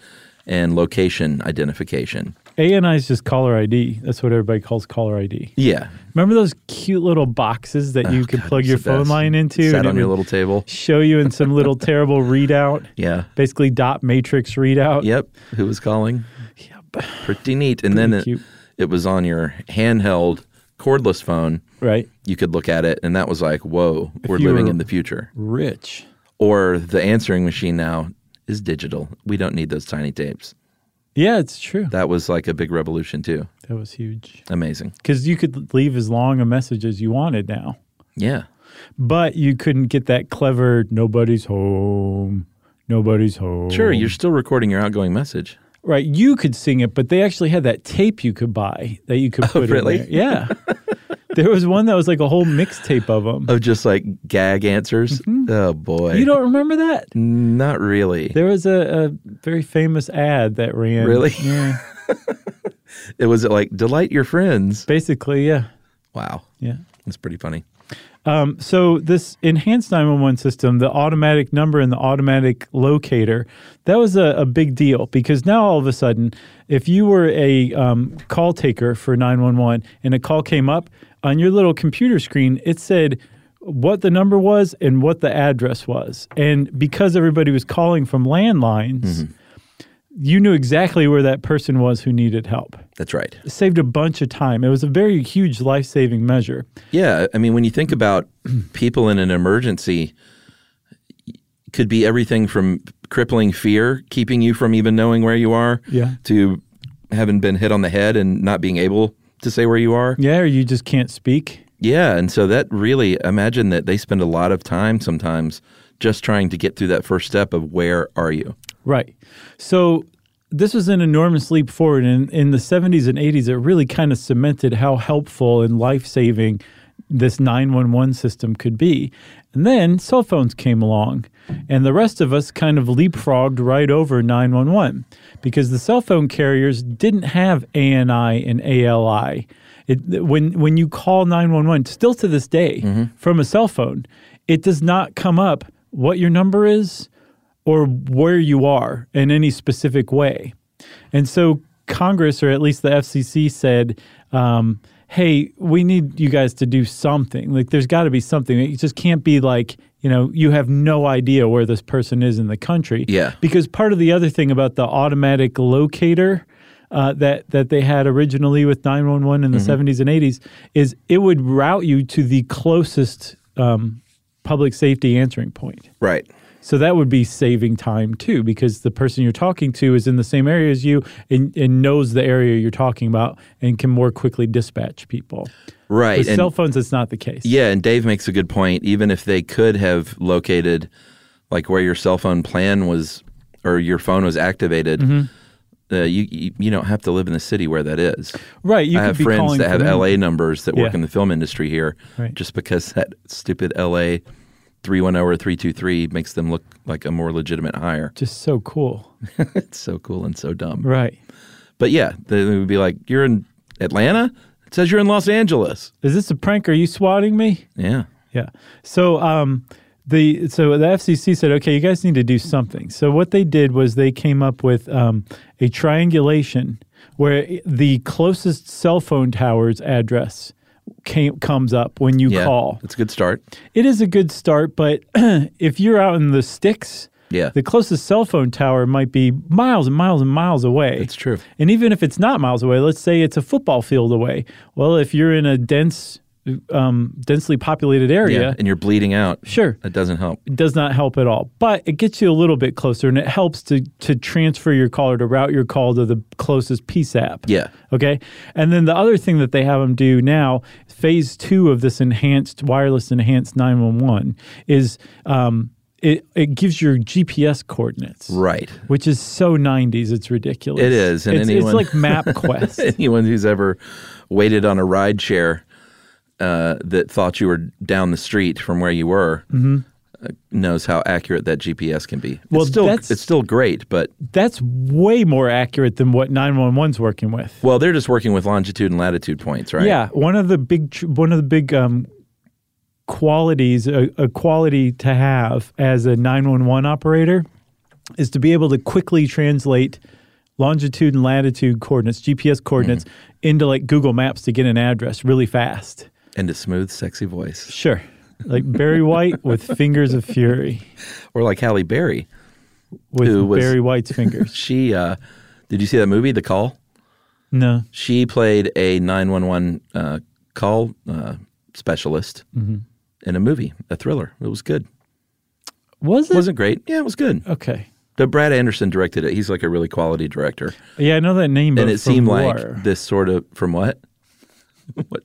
Speaker 2: and location identification.
Speaker 1: ANI is just caller ID. That's what everybody calls caller ID.
Speaker 2: Yeah,
Speaker 1: Remember those cute little boxes that you could
Speaker 2: Oh, God,
Speaker 1: plug
Speaker 2: it's
Speaker 1: your
Speaker 2: the
Speaker 1: phone
Speaker 2: best.
Speaker 1: line into?
Speaker 2: Sat
Speaker 1: and it
Speaker 2: on your
Speaker 1: would-
Speaker 2: little table.
Speaker 1: show you in some little terrible readout.
Speaker 2: Yeah.
Speaker 1: Basically, dot matrix readout.
Speaker 2: Yep. Who was calling? Yep. Pretty neat. And then
Speaker 1: Pretty
Speaker 2: it,
Speaker 1: cute.
Speaker 2: it was on your handheld cordless phone.
Speaker 1: Right.
Speaker 2: You could look at it, and that was like, whoa, we're
Speaker 1: you
Speaker 2: living
Speaker 1: were-
Speaker 2: in the future.
Speaker 1: Rich.
Speaker 2: Or the answering machine now is digital. We don't need those tiny tapes.
Speaker 1: Yeah, it's true. That,
Speaker 2: That was like a big revolution, too.
Speaker 1: was huge.
Speaker 2: Amazing.
Speaker 1: Because you could leave as long a message as you wanted now,
Speaker 2: Yeah.
Speaker 1: but you couldn't get that clever nobody's home. Nobody's home.
Speaker 2: Sure. You're still recording your outgoing message.
Speaker 1: right. You could sing it, but they actually had that tape you could buy that you could put
Speaker 2: Oh, really?
Speaker 1: in there. Yeah. there was one that was like a whole mixtape of them.
Speaker 2: Of just like gag answers. Oh, boy.
Speaker 1: Mm-hmm. You don't remember that?
Speaker 2: Not really.
Speaker 1: There was a, a very famous ad that ran.
Speaker 2: Really?
Speaker 1: Yeah.
Speaker 2: It was like, delight your friends.
Speaker 1: Basically, yeah.
Speaker 2: Wow.
Speaker 1: Yeah.
Speaker 2: That's pretty funny.
Speaker 1: So this enhanced 911 system, the automatic number and the automatic locator, that was a, a big deal because now all of a sudden, if you were a um, call taker for 911 and a call came up on your little computer screen, it said what the number was and what the address was, and because everybody was calling from landlines. You knew exactly where that person was who needed help.
Speaker 2: That's right.
Speaker 1: It saved a bunch of time. It was a very huge life saving measure.
Speaker 2: Yeah, I mean, when you think about people in an emergency, could be everything from crippling fear, keeping you from even knowing where you are,
Speaker 1: Yeah.
Speaker 2: to having been hit on the head and not being able to say where you are.
Speaker 1: Yeah, or you just can't speak.
Speaker 2: Yeah, and so that really imagine that they spend a lot of time sometimes just trying to get through that first step of where are you?
Speaker 1: Right. So this was an enormous leap forward. And in the 70s and 80s, it really kind of cemented how helpful and life saving this 911 system could be. And then cell phones came along, and the rest of us kind of leapfrogged right over 911 because the cell phone carriers didn't have ANI and ALI. It, when when you call 911 still to this day from a cell phone it does not come up what your number is or where you are in any specific way. And so Congress, or at least the FCC, said, um, hey, we need you guys to do something. Like, there's got to be something. It just can't be like, you know, you have no idea where this person is in the country.
Speaker 2: Yeah.
Speaker 1: Because part of the other thing about the automatic locator uh, that that they had originally with 911 in the 70s and 80s is it would route you to the closest um, public safety answering point.
Speaker 2: Right.
Speaker 1: So that would be saving time too, because the person you're talking to is in the same area as you and, and knows the area you're talking about and can more quickly dispatch people.
Speaker 2: Right.
Speaker 1: With
Speaker 2: and-
Speaker 1: cell phones, it's not the case.
Speaker 2: Yeah, and Dave makes a good point. Even if they could have located, like where your cell phone plan was, or your phone was activated,
Speaker 1: Mm-hmm.
Speaker 2: uh, you, you you don't have to live in the city where that is.
Speaker 1: Right. You
Speaker 2: I
Speaker 1: could
Speaker 2: have
Speaker 1: be
Speaker 2: friends
Speaker 1: calling
Speaker 2: that have
Speaker 1: from-
Speaker 2: LA numbers that work
Speaker 1: Yeah.
Speaker 2: in the film industry here,
Speaker 1: Right.
Speaker 2: just because that stupid LA three one zero or three two three makes them look like a more legitimate hire.
Speaker 1: Just so cool.
Speaker 2: it's so cool and so dumb.
Speaker 1: Right.
Speaker 2: But yeah, they they would be like, "You're in Atlanta." It says you're in Los Angeles.
Speaker 1: Is this a prank? Are you swatting me?
Speaker 2: Yeah.
Speaker 1: Yeah. So um, the so the FCC said, okay, you guys need to do something. So what they did was they came up with um, a triangulation where i- the closest cell phone tower's address came, comes up when you
Speaker 2: Yeah.
Speaker 1: call.
Speaker 2: It's a good start.
Speaker 1: It is a good start, but if you're out in the sticks
Speaker 2: Yeah.
Speaker 1: The closest cell phone tower might be miles and miles and miles away.
Speaker 2: That's true.
Speaker 1: And even if it's not miles away, let's say it's a football field away. Well, if you're in a dense, um, densely populated area,
Speaker 2: And you're bleeding out.
Speaker 1: Sure.
Speaker 2: That doesn't help.
Speaker 1: it does not help at all. But it gets you a little bit closer, and it helps to to transfer your call or to route your call to the closest peace app.
Speaker 2: Yeah.
Speaker 1: Okay. And then the other thing that they have them do now, phase two of this enhanced wireless enhanced 911 is um, it, it gives your GPS coordinates.
Speaker 2: Right.
Speaker 1: Which is so 90s, it's ridiculous.
Speaker 2: It is, and
Speaker 1: it's,
Speaker 2: anyone-
Speaker 1: it's like MapQuest.
Speaker 2: Anyone who's ever waited on a ride share uh, that thought you were down the street from where you were uh, knows how accurate that GPS can be.
Speaker 1: Mm-hmm. Well,
Speaker 2: it's still,
Speaker 1: that's-
Speaker 2: it's still great, but
Speaker 1: That's way more accurate than what 911's working with.
Speaker 2: well, they're just working with longitude and latitude points, right?
Speaker 1: Yeah, one of the big tr- one of the big um, qualities a, a quality to have as a nine one one operator is to be able to quickly translate longitude and latitude coordinates, GPS coordinates,
Speaker 2: Mm-hmm.
Speaker 1: into like Google Maps to get an address really fast.
Speaker 2: And a smooth, sexy voice,
Speaker 1: Sure, like Barry White with fingers of fury
Speaker 2: or like Halle Berry.
Speaker 1: with
Speaker 2: Who was-
Speaker 1: Barry White's fingers.
Speaker 2: She, uh, did you see that movie, The Call?
Speaker 1: No,
Speaker 2: She played a 911 uh, call uh, specialist
Speaker 1: Mm-hmm.
Speaker 2: in a movie, a thriller. It was good.
Speaker 1: was it?
Speaker 2: wasn't great. Yeah, it was good.
Speaker 1: okay.
Speaker 2: The Brad Anderson directed it. He's like a really quality director,
Speaker 1: Yeah, I know that name. but
Speaker 2: and it
Speaker 1: from
Speaker 2: seemed
Speaker 1: where?
Speaker 2: like this sort of from what? what?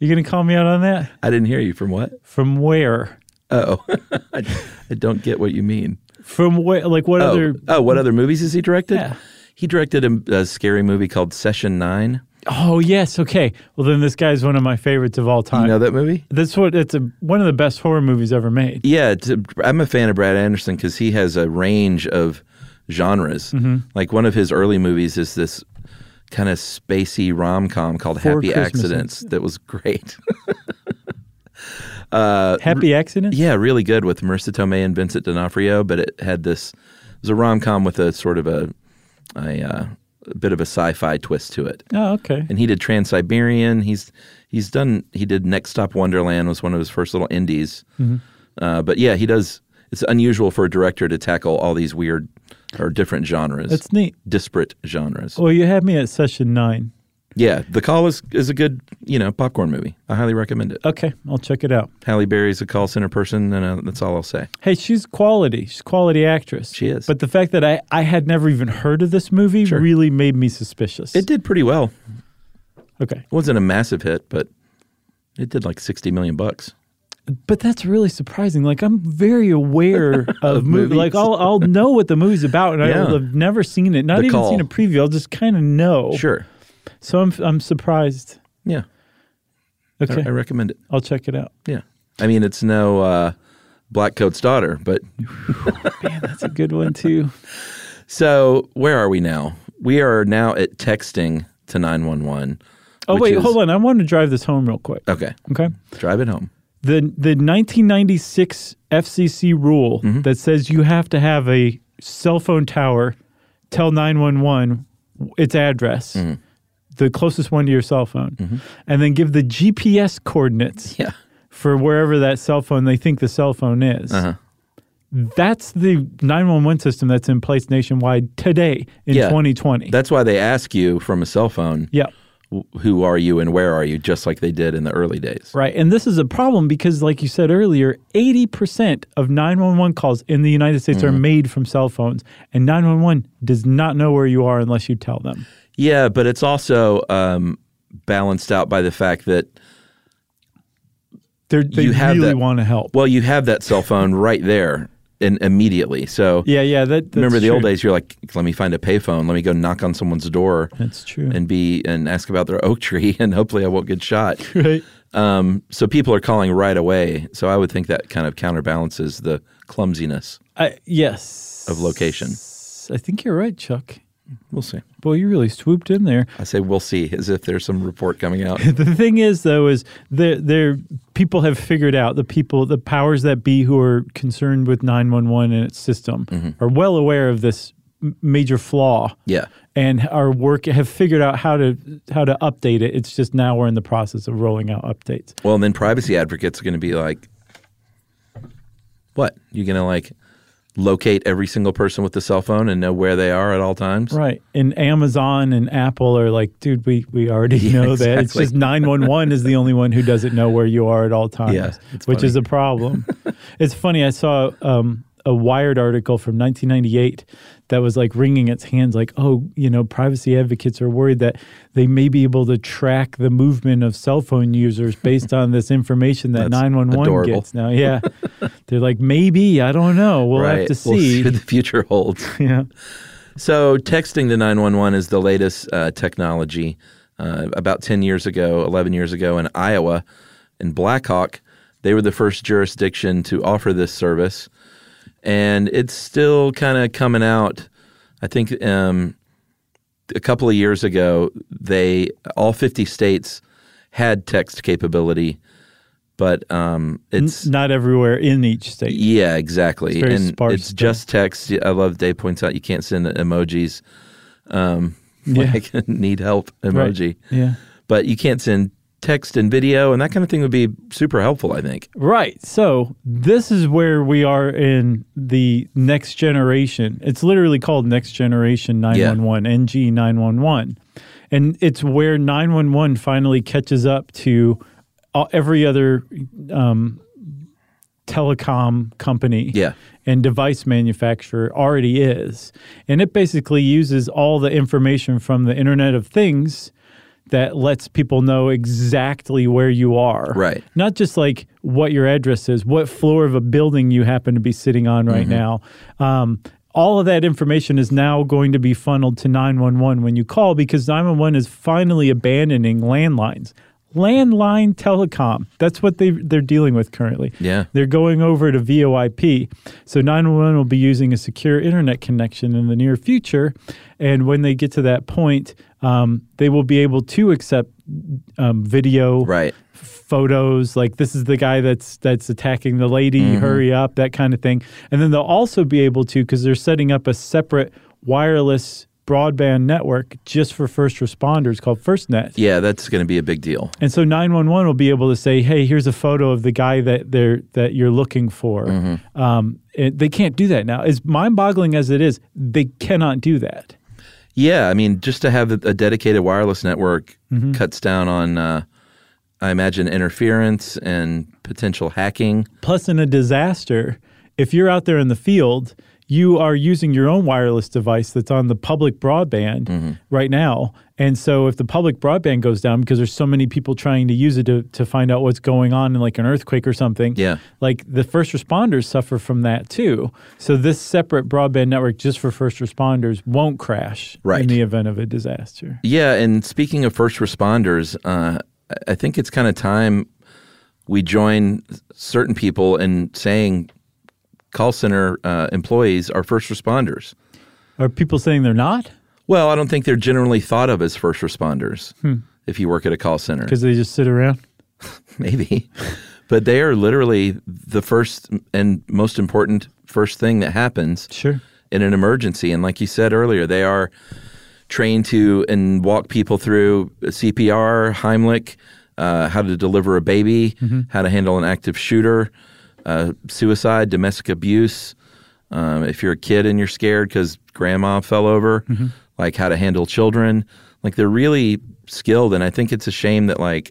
Speaker 1: you gonna call me out on that?
Speaker 2: I didn't hear you. From what?
Speaker 1: From where?
Speaker 2: Oh, I, I don't get what you mean.
Speaker 1: From where? Like what
Speaker 2: oh,
Speaker 1: other?
Speaker 2: oh, what other movies has he directed?
Speaker 1: Yeah.
Speaker 2: He directed a, a scary movie called Session Nine.
Speaker 1: Oh yes, okay. Well, then this guy's one of my favorites of all time.
Speaker 2: You know that movie?
Speaker 1: That's what it's a, one of the best horror movies ever made.
Speaker 2: Yeah, it's a, I'm a fan of Brad Anderson because he has a range of genres.
Speaker 1: Mm-hmm.
Speaker 2: Like one of his early movies is this kind of spacey rom com called
Speaker 1: Four
Speaker 2: Happy
Speaker 1: Christmases.
Speaker 2: Accidents that was great.
Speaker 1: Happy accident.
Speaker 2: Uh, yeah, really good with Marissa Tomei and Vincent D'Onofrio, but it had this. It was a rom com with a sort of a a, uh, a bit of a sci fi twist to it.
Speaker 1: Oh, okay.
Speaker 2: and he did Trans Siberian. He's he's done. He did Next Stop Wonderland was one of his first little indies. Uh, but yeah, he does. It's unusual for a director to tackle all these weird or different genres,
Speaker 1: That's neat.
Speaker 2: disparate genres.
Speaker 1: Well, you had me at session nine.
Speaker 2: Yeah, The Call is is a good you know popcorn movie. I highly recommend it.
Speaker 1: Okay, I'll check it out.
Speaker 2: Halle Berry's a call center person, and uh, that's all I'll say.
Speaker 1: Hey, she's quality. She's a quality actress.
Speaker 2: She is.
Speaker 1: But the fact that I, I had never even heard of this movie really made me suspicious.
Speaker 2: It did pretty well.
Speaker 1: Okay.
Speaker 2: It wasn't a massive hit, but it did like sixty million bucks.
Speaker 1: But that's really surprising. Like I'm very aware of, movie.
Speaker 2: movies.
Speaker 1: Like I'll I'll know what the movie's about, and
Speaker 2: Yeah.
Speaker 1: I'll have never seen it. Not
Speaker 2: The
Speaker 1: even
Speaker 2: Call.
Speaker 1: seen a preview. I'll just kind of know.
Speaker 2: Sure.
Speaker 1: So I'm I'm surprised.
Speaker 2: Yeah, I-
Speaker 1: Okay,
Speaker 2: I recommend it.
Speaker 1: I'll check it out.
Speaker 2: Yeah. I mean, it's no uh, Black Coat's daughter, but
Speaker 1: That's a good one too.
Speaker 2: so where are we now? We are now at texting to 911.
Speaker 1: Oh
Speaker 2: which
Speaker 1: wait,
Speaker 2: is-
Speaker 1: hold on. I want to drive this home real quick.
Speaker 2: Okay.
Speaker 1: Okay.
Speaker 2: Drive it home.
Speaker 1: The the 1996 FCC rule that says you have to have a cell phone tower tell 911 its address. The closest one to your cell phone, and then give the GPS coordinates
Speaker 2: Yeah.
Speaker 1: for wherever that cell phone they think the cell phone is. That's the 911 system that's in place nationwide today in
Speaker 2: Yeah.
Speaker 1: 2020.
Speaker 2: That's why they ask you from a cell phone,
Speaker 1: yeah.
Speaker 2: w- who are you and where are you, just like they did in the early days.
Speaker 1: Right. And this is a problem because, like you said earlier, 80% of 911 calls in the United States
Speaker 2: Mm-hmm.
Speaker 1: are made from cell phones, and 911 does not know where you are unless you tell them.
Speaker 2: Yeah, but it's also um, balanced out by the fact that,
Speaker 1: They're, they
Speaker 2: You have
Speaker 1: really
Speaker 2: that-
Speaker 1: want to help.
Speaker 2: well, you have that cell phone right there and immediately. So
Speaker 1: yeah, yeah. That, that's
Speaker 2: remember the old
Speaker 1: true.
Speaker 2: days, you're like, let me find a payphone, let me go knock on someone's door.
Speaker 1: That's true.
Speaker 2: and be and ask about their oak tree and hopefully I won't get shot.
Speaker 1: right.
Speaker 2: Um, so people are calling right away. So I would think that kind of counterbalances the clumsiness
Speaker 1: I, yes.
Speaker 2: of location.
Speaker 1: I think you're right, Chuck.
Speaker 2: We'll see.
Speaker 1: Boy, you really swooped in there.
Speaker 2: I say we'll see as if there's some report coming out.
Speaker 1: the thing is though is there there people have figured out the people the powers that be who are concerned with 911 and its system are well aware of this m- major flaw
Speaker 2: Yeah.
Speaker 1: and are work have figured out how to how to update it it's just now we're in the process of rolling out updates
Speaker 2: Well, and then privacy advocates are going to be like, "What? You going to like locate every single person with the cell phone and know where they are at all times.
Speaker 1: Right. And Amazon and Apple are like, dude, we, we already
Speaker 2: Yeah,
Speaker 1: know that. It's
Speaker 2: exactly.
Speaker 1: just 911 is the only one who doesn't know where you are at all times,
Speaker 2: Yeah, it's
Speaker 1: which
Speaker 2: funny.
Speaker 1: is a problem. it's funny. I saw um, a Wired article from 1998 that was like wringing its hands, like, oh, you know, privacy advocates are worried that they may be able to track the movement of cell phone users based on this information that
Speaker 2: That's
Speaker 1: 911
Speaker 2: adorable.
Speaker 1: gets now. Yeah. They're like, maybe, I don't know. We'll have
Speaker 2: right.
Speaker 1: to
Speaker 2: We'll see
Speaker 1: see.
Speaker 2: what the future holds.
Speaker 1: yeah.
Speaker 2: So, texting to 911 is the latest uh, technology. Uh, about 10 years ago, 11 years ago in Iowa, in Blackhawk, they were the first jurisdiction to offer this service. And it's still kind of coming out. I think um, a couple of years ago, they all 50 states had text capability, but um, it's.
Speaker 1: Not everywhere in each state.
Speaker 2: Yeah, exactly.
Speaker 1: It's very
Speaker 2: and
Speaker 1: sparse
Speaker 2: it's
Speaker 1: stuff.
Speaker 2: just text. I love Dave points out you can't send emojis. Um,
Speaker 1: Yeah.
Speaker 2: like need help
Speaker 1: Right.
Speaker 2: emoji,
Speaker 1: Yeah.
Speaker 2: but you can't send text and video and that kind of thing would be super helpful. I think.
Speaker 1: Right. So this is where we are in the next generation. It's literally called Next Generation 911, NG 911. And it's where 911 finally catches up to all, every other um, telecom company
Speaker 2: Yeah.
Speaker 1: and device manufacturer already is. And it basically uses all the information from the Internet of Things that lets people know exactly where you are.
Speaker 2: Right.
Speaker 1: Not just like what your address is, what floor of a building you happen to be sitting on right now. Um, all of that information is now going to be funneled to 911 when you call because 911 is finally abandoning landlines. Landline telecom. That's what they, they're dealing with currently.
Speaker 2: Yeah.
Speaker 1: They're going over to VoIP. So 911 will be using a secure internet connection in the near future. And when they get to that point, um, they will be able to accept um, video,
Speaker 2: Right.
Speaker 1: photos, like this is the guy that's that's attacking the lady, hurry up, that kind of thing. And then they'll also be able to, because they're setting up a separate wireless broadband network just for first responders called FirstNet.
Speaker 2: Yeah, that's going to be a big deal.
Speaker 1: And so 911 will be able to say, "Hey, here's a photo of the guy that they're that you're looking for." Um, it, they can't do that now. As mind-boggling as it is, they cannot do that.
Speaker 2: Yeah, I mean, just to have a dedicated wireless network
Speaker 1: Mm-hmm.
Speaker 2: cuts down on, uh, I imagine, interference and potential hacking.
Speaker 1: Plus, in a disaster, if you're out there in the field, you are using your own wireless device that's on the public broadband
Speaker 2: Mm-hmm.
Speaker 1: right now. And so, if the public broadband goes down because there's so many people trying to use it to, to find out what's going on in like an earthquake or something,
Speaker 2: Yeah.
Speaker 1: like the first responders suffer from that too. So, this separate broadband network just for first responders won't crash in
Speaker 2: Right.
Speaker 1: the event of a disaster.
Speaker 2: Yeah, and speaking of first responders, uh, I- I think it's kind of time we join certain people in saying call center uh, employees are first responders.
Speaker 1: Are people saying they're not
Speaker 2: Well, I don't think they're generally thought of as first responders if you work at a call center.
Speaker 1: because they just sit around?
Speaker 2: Maybe. but they are literally the first and most important first thing that happens
Speaker 1: Sure.
Speaker 2: in an emergency. And like you said earlier, they are trained to and walk people through CPR, Heimlich, uh, how to deliver a baby, how to handle an active shooter, uh, suicide, domestic abuse. Um, if you're a kid and you're scared because grandma fell over,
Speaker 1: Mm-hmm.
Speaker 2: like how to handle children. Like they're really skilled. And I think it's a shame that, like,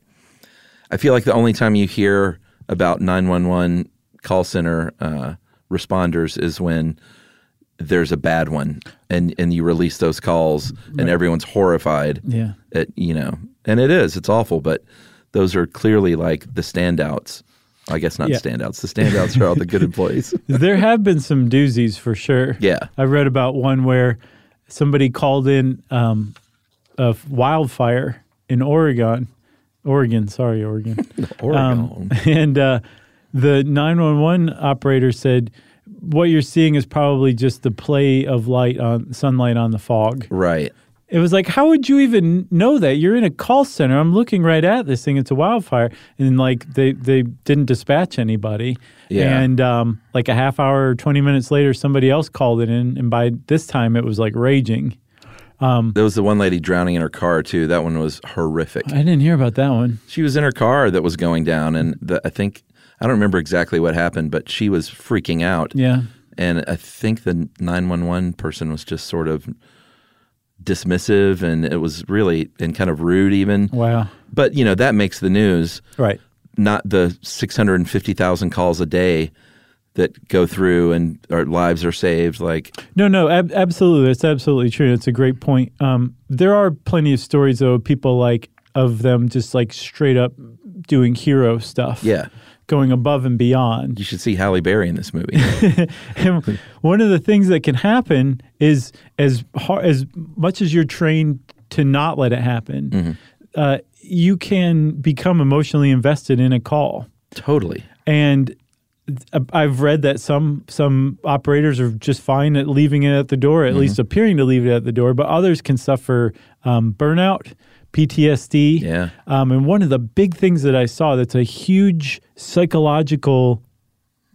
Speaker 2: I feel like the only time you hear about 911 call center uh, responders is when there's a bad one and, and you release those calls and everyone's horrified.
Speaker 1: Yeah.
Speaker 2: At, you know, and it is, it's awful, but those are clearly like the standouts. I guess not
Speaker 1: Yeah.
Speaker 2: standouts. The standouts are all the good employees.
Speaker 1: there have been some doozies for sure.
Speaker 2: Yeah.
Speaker 1: I read about one where somebody called in um, a f- wildfire in Oregon. Oregon, sorry, Oregon.
Speaker 2: Oregon.
Speaker 1: and uh, the 911 operator said, What you're seeing is probably just the play of light on sunlight on the fog.
Speaker 2: right.
Speaker 1: It was like, how would you even know that? You're in a call center. I'm looking right at this thing. It's a wildfire, and like they they didn't dispatch anybody.
Speaker 2: Yeah.
Speaker 1: And um, like a half hour or twenty minutes later, somebody else called it in, and by this time it was like raging.
Speaker 2: There was the one lady drowning in her car, too. That one was horrific.
Speaker 1: I didn't hear about that one.
Speaker 2: she was in her car that was going down, and the, I think I don't remember exactly what happened, but she was freaking out.
Speaker 1: Yeah.
Speaker 2: And I think the 911 person was just sort of dismissive and it was really and kind of rude even.
Speaker 1: Wow.
Speaker 2: But you know, that makes the news,
Speaker 1: Right.
Speaker 2: not the 650,000 calls a day that go through and our lives are saved like
Speaker 1: No, no, ab- absolutely. That's absolutely true. It's a great point. Um, there are plenty of stories, though, of people like of them just like straight up doing hero stuff.
Speaker 2: Yeah.
Speaker 1: Going above and beyond.
Speaker 2: you should see Halle Berry in this movie.
Speaker 1: And one of the things that can happen is as hard, as much as you're trained to not let it happen, uh, you can become emotionally invested in a call.
Speaker 2: totally.
Speaker 1: and th- I've read that some some operators are just fine at leaving it at the door,
Speaker 2: Mm-hmm.
Speaker 1: at least appearing to leave it at the door, but others can suffer um, burnout, PTSD.
Speaker 2: Yeah.
Speaker 1: Um, and one of the big things that I saw that's a huge psychological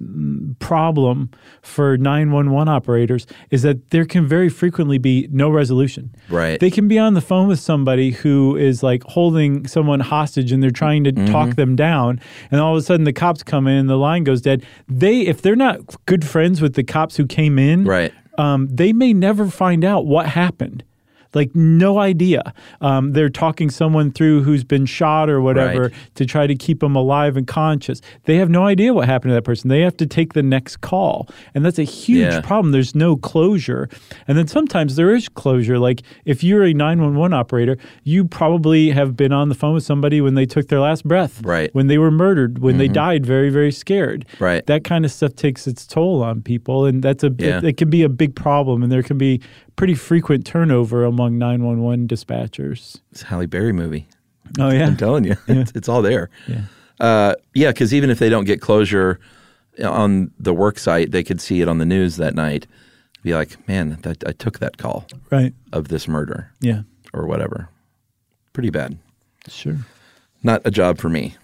Speaker 1: mm, problem for 911 operators is that there can very frequently be no resolution.
Speaker 2: Right.
Speaker 1: They can be on the phone with somebody who is like holding someone hostage and they're trying to
Speaker 2: Mm-hmm.
Speaker 1: talk them down and all of a sudden the cops come in and the line goes dead. They if they're not good friends with the cops who came in,
Speaker 2: Right.
Speaker 1: um, they may never find out what happened. Like, no idea. Um, they're talking someone through who's been shot or whatever
Speaker 2: Right.
Speaker 1: to try to keep them alive and conscious. They have no idea what happened to that person. They have to take the next call. And that's a huge
Speaker 2: Yeah.
Speaker 1: problem. There's no closure. And then sometimes there is closure. Like, if you're a 911 operator, you probably have been on the phone with somebody when they took their last breath,
Speaker 2: Right. Mm-hmm.
Speaker 1: when they were murdered, when they died very, very scared.
Speaker 2: Right.
Speaker 1: That kind of stuff takes its toll on people. And that's a,
Speaker 2: Yeah.
Speaker 1: it, it can be a big problem, and there can be pretty frequent turnover among 911 dispatchers.
Speaker 2: It's a Halle Berry movie.
Speaker 1: Oh, yeah.
Speaker 2: I'm telling you, it's, it's all there. Yeah, uh, yeah. Because even if they don't get closure on the work site, they could see it on the news that night. Be like, man, that, I took that call
Speaker 1: Right.
Speaker 2: of this murder
Speaker 1: Yeah.
Speaker 2: or whatever. Pretty bad.
Speaker 1: Sure.
Speaker 2: Not a job for me.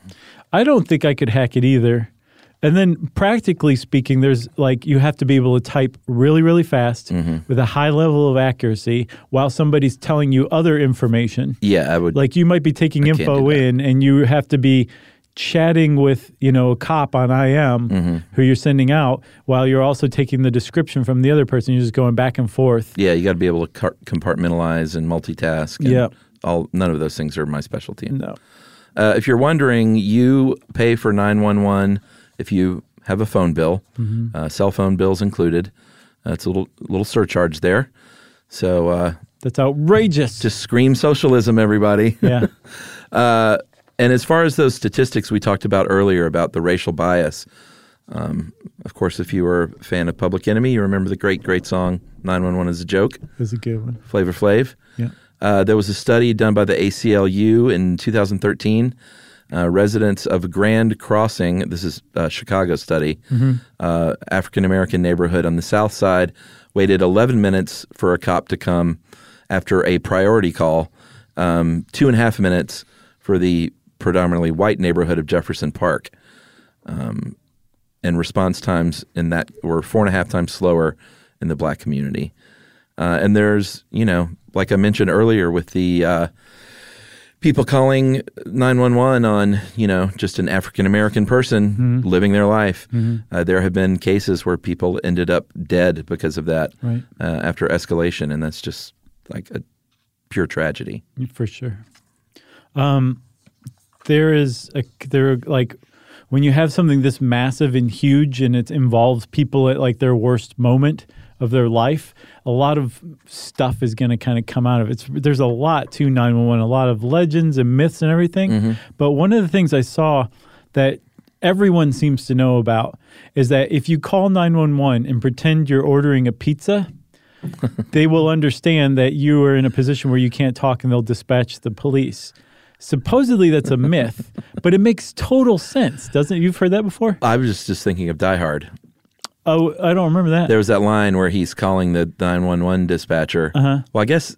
Speaker 1: I don't think I could hack it either. And then, practically speaking, there's like you have to be able to type really, really fast
Speaker 2: Mm-hmm.
Speaker 1: with a high level of accuracy while somebody's telling you other information.
Speaker 2: Yeah, I would.
Speaker 1: Like you might be taking
Speaker 2: can't
Speaker 1: info
Speaker 2: do that.
Speaker 1: in, and you have to be chatting with you know a cop on IM
Speaker 2: Mm-hmm.
Speaker 1: who you're sending out while you're also taking the description from the other person. You're just going back and forth.
Speaker 2: yeah, you got to be able to car- compartmentalize and multitask. And
Speaker 1: Yeah.
Speaker 2: All none of those things are my specialty.
Speaker 1: No.
Speaker 2: Uh, if you're wondering, you pay for 911 if you have a phone bill, uh, cell phone bills included. Uh, it's a little little surcharge there. So uh,
Speaker 1: That's outrageous.
Speaker 2: just scream socialism, everybody.
Speaker 1: yeah.
Speaker 2: And as far as those statistics we talked about earlier about the racial bias, um, of course, if you were a fan of Public Enemy, you remember the great, great song 911 is a Joke,
Speaker 1: That's a good one.
Speaker 2: Flavor Flav.
Speaker 1: Yeah.
Speaker 2: Uh, there was a study done by the ACLU in 2013. Uh, residents of Grand Crossing, this is a Chicago study, uh, African American neighborhood on the south side, waited 11 minutes for a cop to come after a priority call, um, two and a half minutes for the predominantly white neighborhood of Jefferson Park. Um, and response times in that were four and a half times slower in the black community. Uh, and there's, you know, like I mentioned earlier with the uh, people calling 911 on, you know, just an African American person living their life. Uh, there have been cases where people ended up dead because of that
Speaker 1: Right.
Speaker 2: uh, after escalation. And that's just like a pure tragedy.
Speaker 1: For sure. Um, there is a there are, like when you have something this massive and huge, and it involves people at like their worst moment of their life. A lot of stuff is going to kind of come out of it. It's, there's a lot to 911, a lot of legends and myths and everything. But one of the things I saw that everyone seems to know about is that if you call 911 and pretend you're ordering a pizza, they will understand that you are in a position where you can't talk and they'll dispatch the police. Supposedly that's a myth, but it makes total sense, doesn't it? You've heard that before?
Speaker 2: I was just, just thinking of Die Hard.
Speaker 1: Oh, I don't remember that.
Speaker 2: There was that line where he's calling the 911 dispatcher. Well, I guess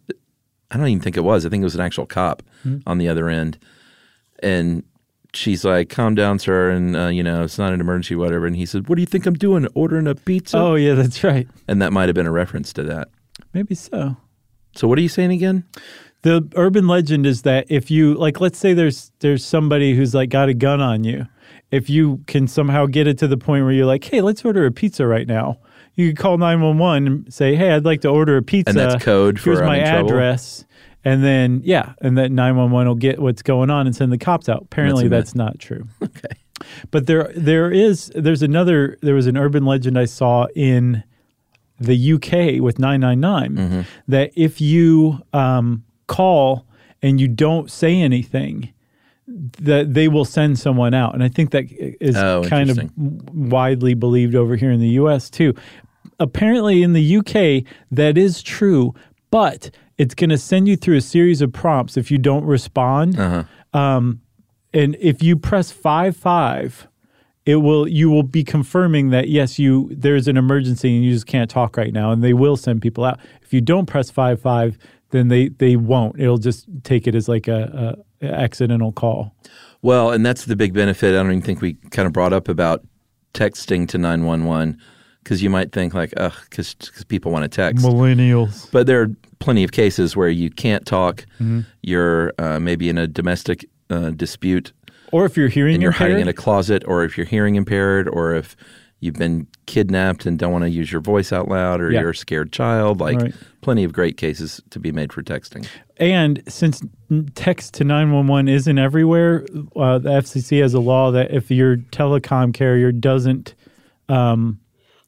Speaker 2: I don't even think it was. I think it was an actual cop on the other end. And she's like, calm down, sir. And, uh, you know, it's not an emergency, whatever. And he said, what do you think I'm doing? Ordering a pizza?
Speaker 1: oh, yeah, that's right.
Speaker 2: And that might have been a reference to that.
Speaker 1: Maybe so.
Speaker 2: So what are you saying again?
Speaker 1: The urban legend is that if you like let's say there's there's somebody who's like got a gun on you if you can somehow get it to the point where you're like, hey, let's order a pizza right now. You could call 911 and say, hey, I'd like to order a pizza.
Speaker 2: that's code for
Speaker 1: Here's
Speaker 2: I'm
Speaker 1: my
Speaker 2: in trouble?
Speaker 1: address. And then, yeah, and that 911 will get what's going on and send the cops out. Apparently,
Speaker 2: That's
Speaker 1: that's not true. Okay. But there, there is, there's another, there was an urban legend I saw in the UK with 999 that if you um, call and you don't say anything, that they will send someone out. And I think that is
Speaker 2: Oh,
Speaker 1: kind of widely believed over here in the US too. Apparently, in the UK, that is true, but it's going to send you through a series of prompts if you don't respond. Um, and if you press five five, it will you will be confirming that yes, you there's an emergency and you just can't talk right now, and they will send people out. If you don't press five five, then they they won't. It'll just take it as like a, a accidental call.
Speaker 2: Well, and that's the big benefit. I don't even think we kind of brought up about texting to 911 because you might think, like, ugh, because people want to text.
Speaker 1: Millennials.
Speaker 2: but there are plenty of cases where you can't talk.
Speaker 1: Mm-hmm.
Speaker 2: You're uh, maybe in a domestic uh, dispute
Speaker 1: Or if you're hearing
Speaker 2: and you're
Speaker 1: impaired,
Speaker 2: hiding in a closet, or if you're hearing impaired, or if you've been kidnapped and don't want to use your voice out loud, or
Speaker 1: Yeah.
Speaker 2: you're a scared child. Like,
Speaker 1: Right.
Speaker 2: plenty of great cases to be made for texting.
Speaker 1: And since text to 911 isn't everywhere, uh, the FCC has a law that if your telecom carrier doesn't um,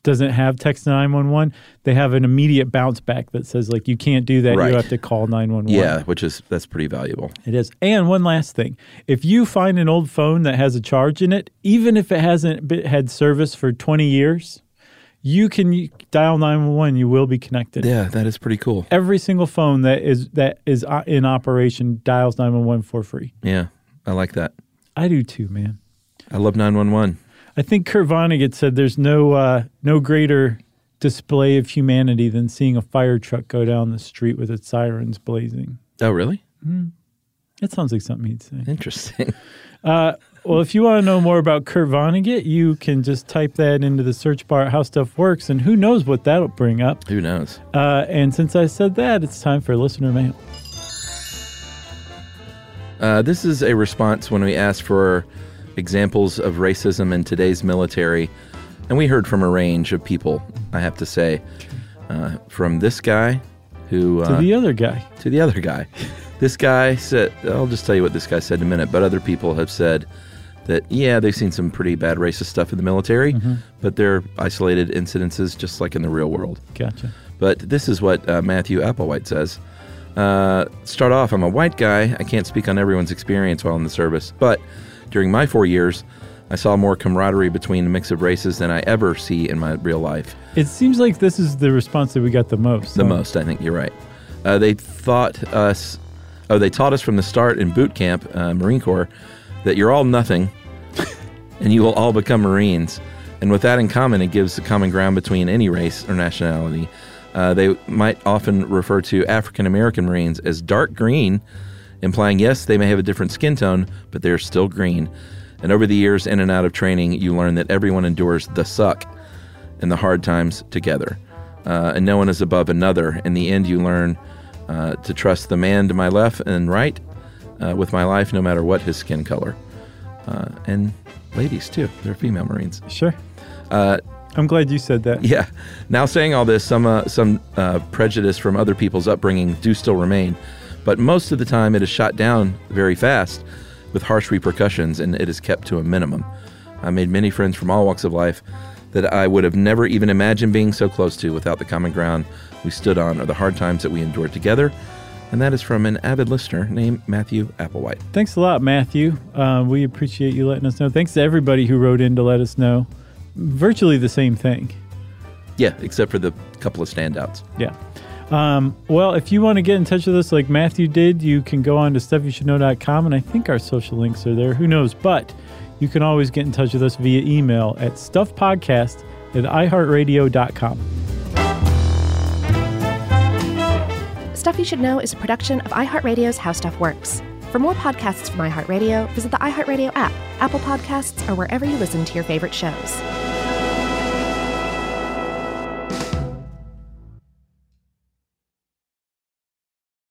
Speaker 1: doesn't have text to 911, they have an immediate bounce back that says like you can't do that.
Speaker 2: Right.
Speaker 1: You have to call 911.
Speaker 2: Yeah, which is that's pretty valuable.
Speaker 1: It is. And one last thing. If you find an old phone that has a charge in it, even if it hasn't be- had service for 20 years, you can dial 911, you will be connected
Speaker 2: Yeah, that is pretty cool.
Speaker 1: every single phone that is that is uh, in operation dials 911 for free.
Speaker 2: Yeah, I like that.
Speaker 1: I do too, man.
Speaker 2: I love 911.
Speaker 1: I think Kurt Vonnegut said there's no uh, no greater display of humanity than seeing a fire truck go down the street with its sirens blazing.
Speaker 2: Oh, really?
Speaker 1: That sounds like something he'd say.
Speaker 2: Interesting.
Speaker 1: Well, if you want to know more about Kurt Vonnegut, you can just type that into the search bar at How Stuff Works, and who knows what that'll bring up.
Speaker 2: Who knows?
Speaker 1: Uh, and since I said that, it's time for listener mail.
Speaker 2: Uh, this is a response when we asked for examples of racism in today's military, and we heard from a range of people. I have to say, uh, from this guy who
Speaker 1: To
Speaker 2: uh,
Speaker 1: the other guy,
Speaker 2: to the other guy. This guy said, I'll just tell you what this guy said in a minute, but other people have said that, yeah, they've seen some pretty bad racist stuff in the military,
Speaker 1: Mm-hmm.
Speaker 2: but they're isolated incidences just like in the real world.
Speaker 1: gotcha.
Speaker 2: But this is what uh, Matthew Applewhite says. Uh, start off, I'm a white guy. I can't speak on everyone's experience while in the service, but during my four years, I saw more camaraderie between a mix of races than I ever see in my real life.
Speaker 1: It seems like this is the response that we got the most.
Speaker 2: The
Speaker 1: huh?
Speaker 2: most, I think you're right. Uh, they thought us, oh, they taught us from the start in boot camp, uh, Marine Corps, that you're all nothing, and you will all become Marines. And with that in common, it gives the common ground between any race or nationality. Uh, they might often refer to African American Marines as dark green, implying yes, they may have a different skin tone, but they're still green. And over the years in and out of training, you learn that everyone endures the suck and the hard times together. Uh, and no one is above another. In the end, you learn uh, to trust the man to my left and right uh, with my life, no matter what his skin color. Uh, and ladies, too. They're female Marines.
Speaker 1: Sure. I'm glad you said that.
Speaker 2: Uh, Yeah. Now, saying all this, some, uh, some uh, prejudice from other people's upbringing do still remain, but most of the time it is shot down very fast with harsh repercussions and it is kept to a minimum. I made many friends from all walks of life that I would have never even imagined being so close to without the common ground we stood on or the hard times that we endured together. And that is from an avid listener named Matthew Applewhite.
Speaker 1: Thanks a lot, Matthew. Uh, we appreciate you letting us know. Thanks to everybody who wrote in to let us know. Virtually the same thing.
Speaker 2: Yeah, except for the couple of standouts.
Speaker 1: Yeah. Um, well, if you want to get in touch with us like Matthew did, you can go on to stuffyoushouldknow.com, and I think our social links are there. Who knows? But you can always get in touch with us via email at stuffpodcast at iheartradio.com.
Speaker 3: Stuff You Should Know is a production of iHeartRadio's How Stuff Works. For more podcasts from iHeartRadio, visit the iHeartRadio app, Apple Podcasts, or wherever you listen to your favorite shows.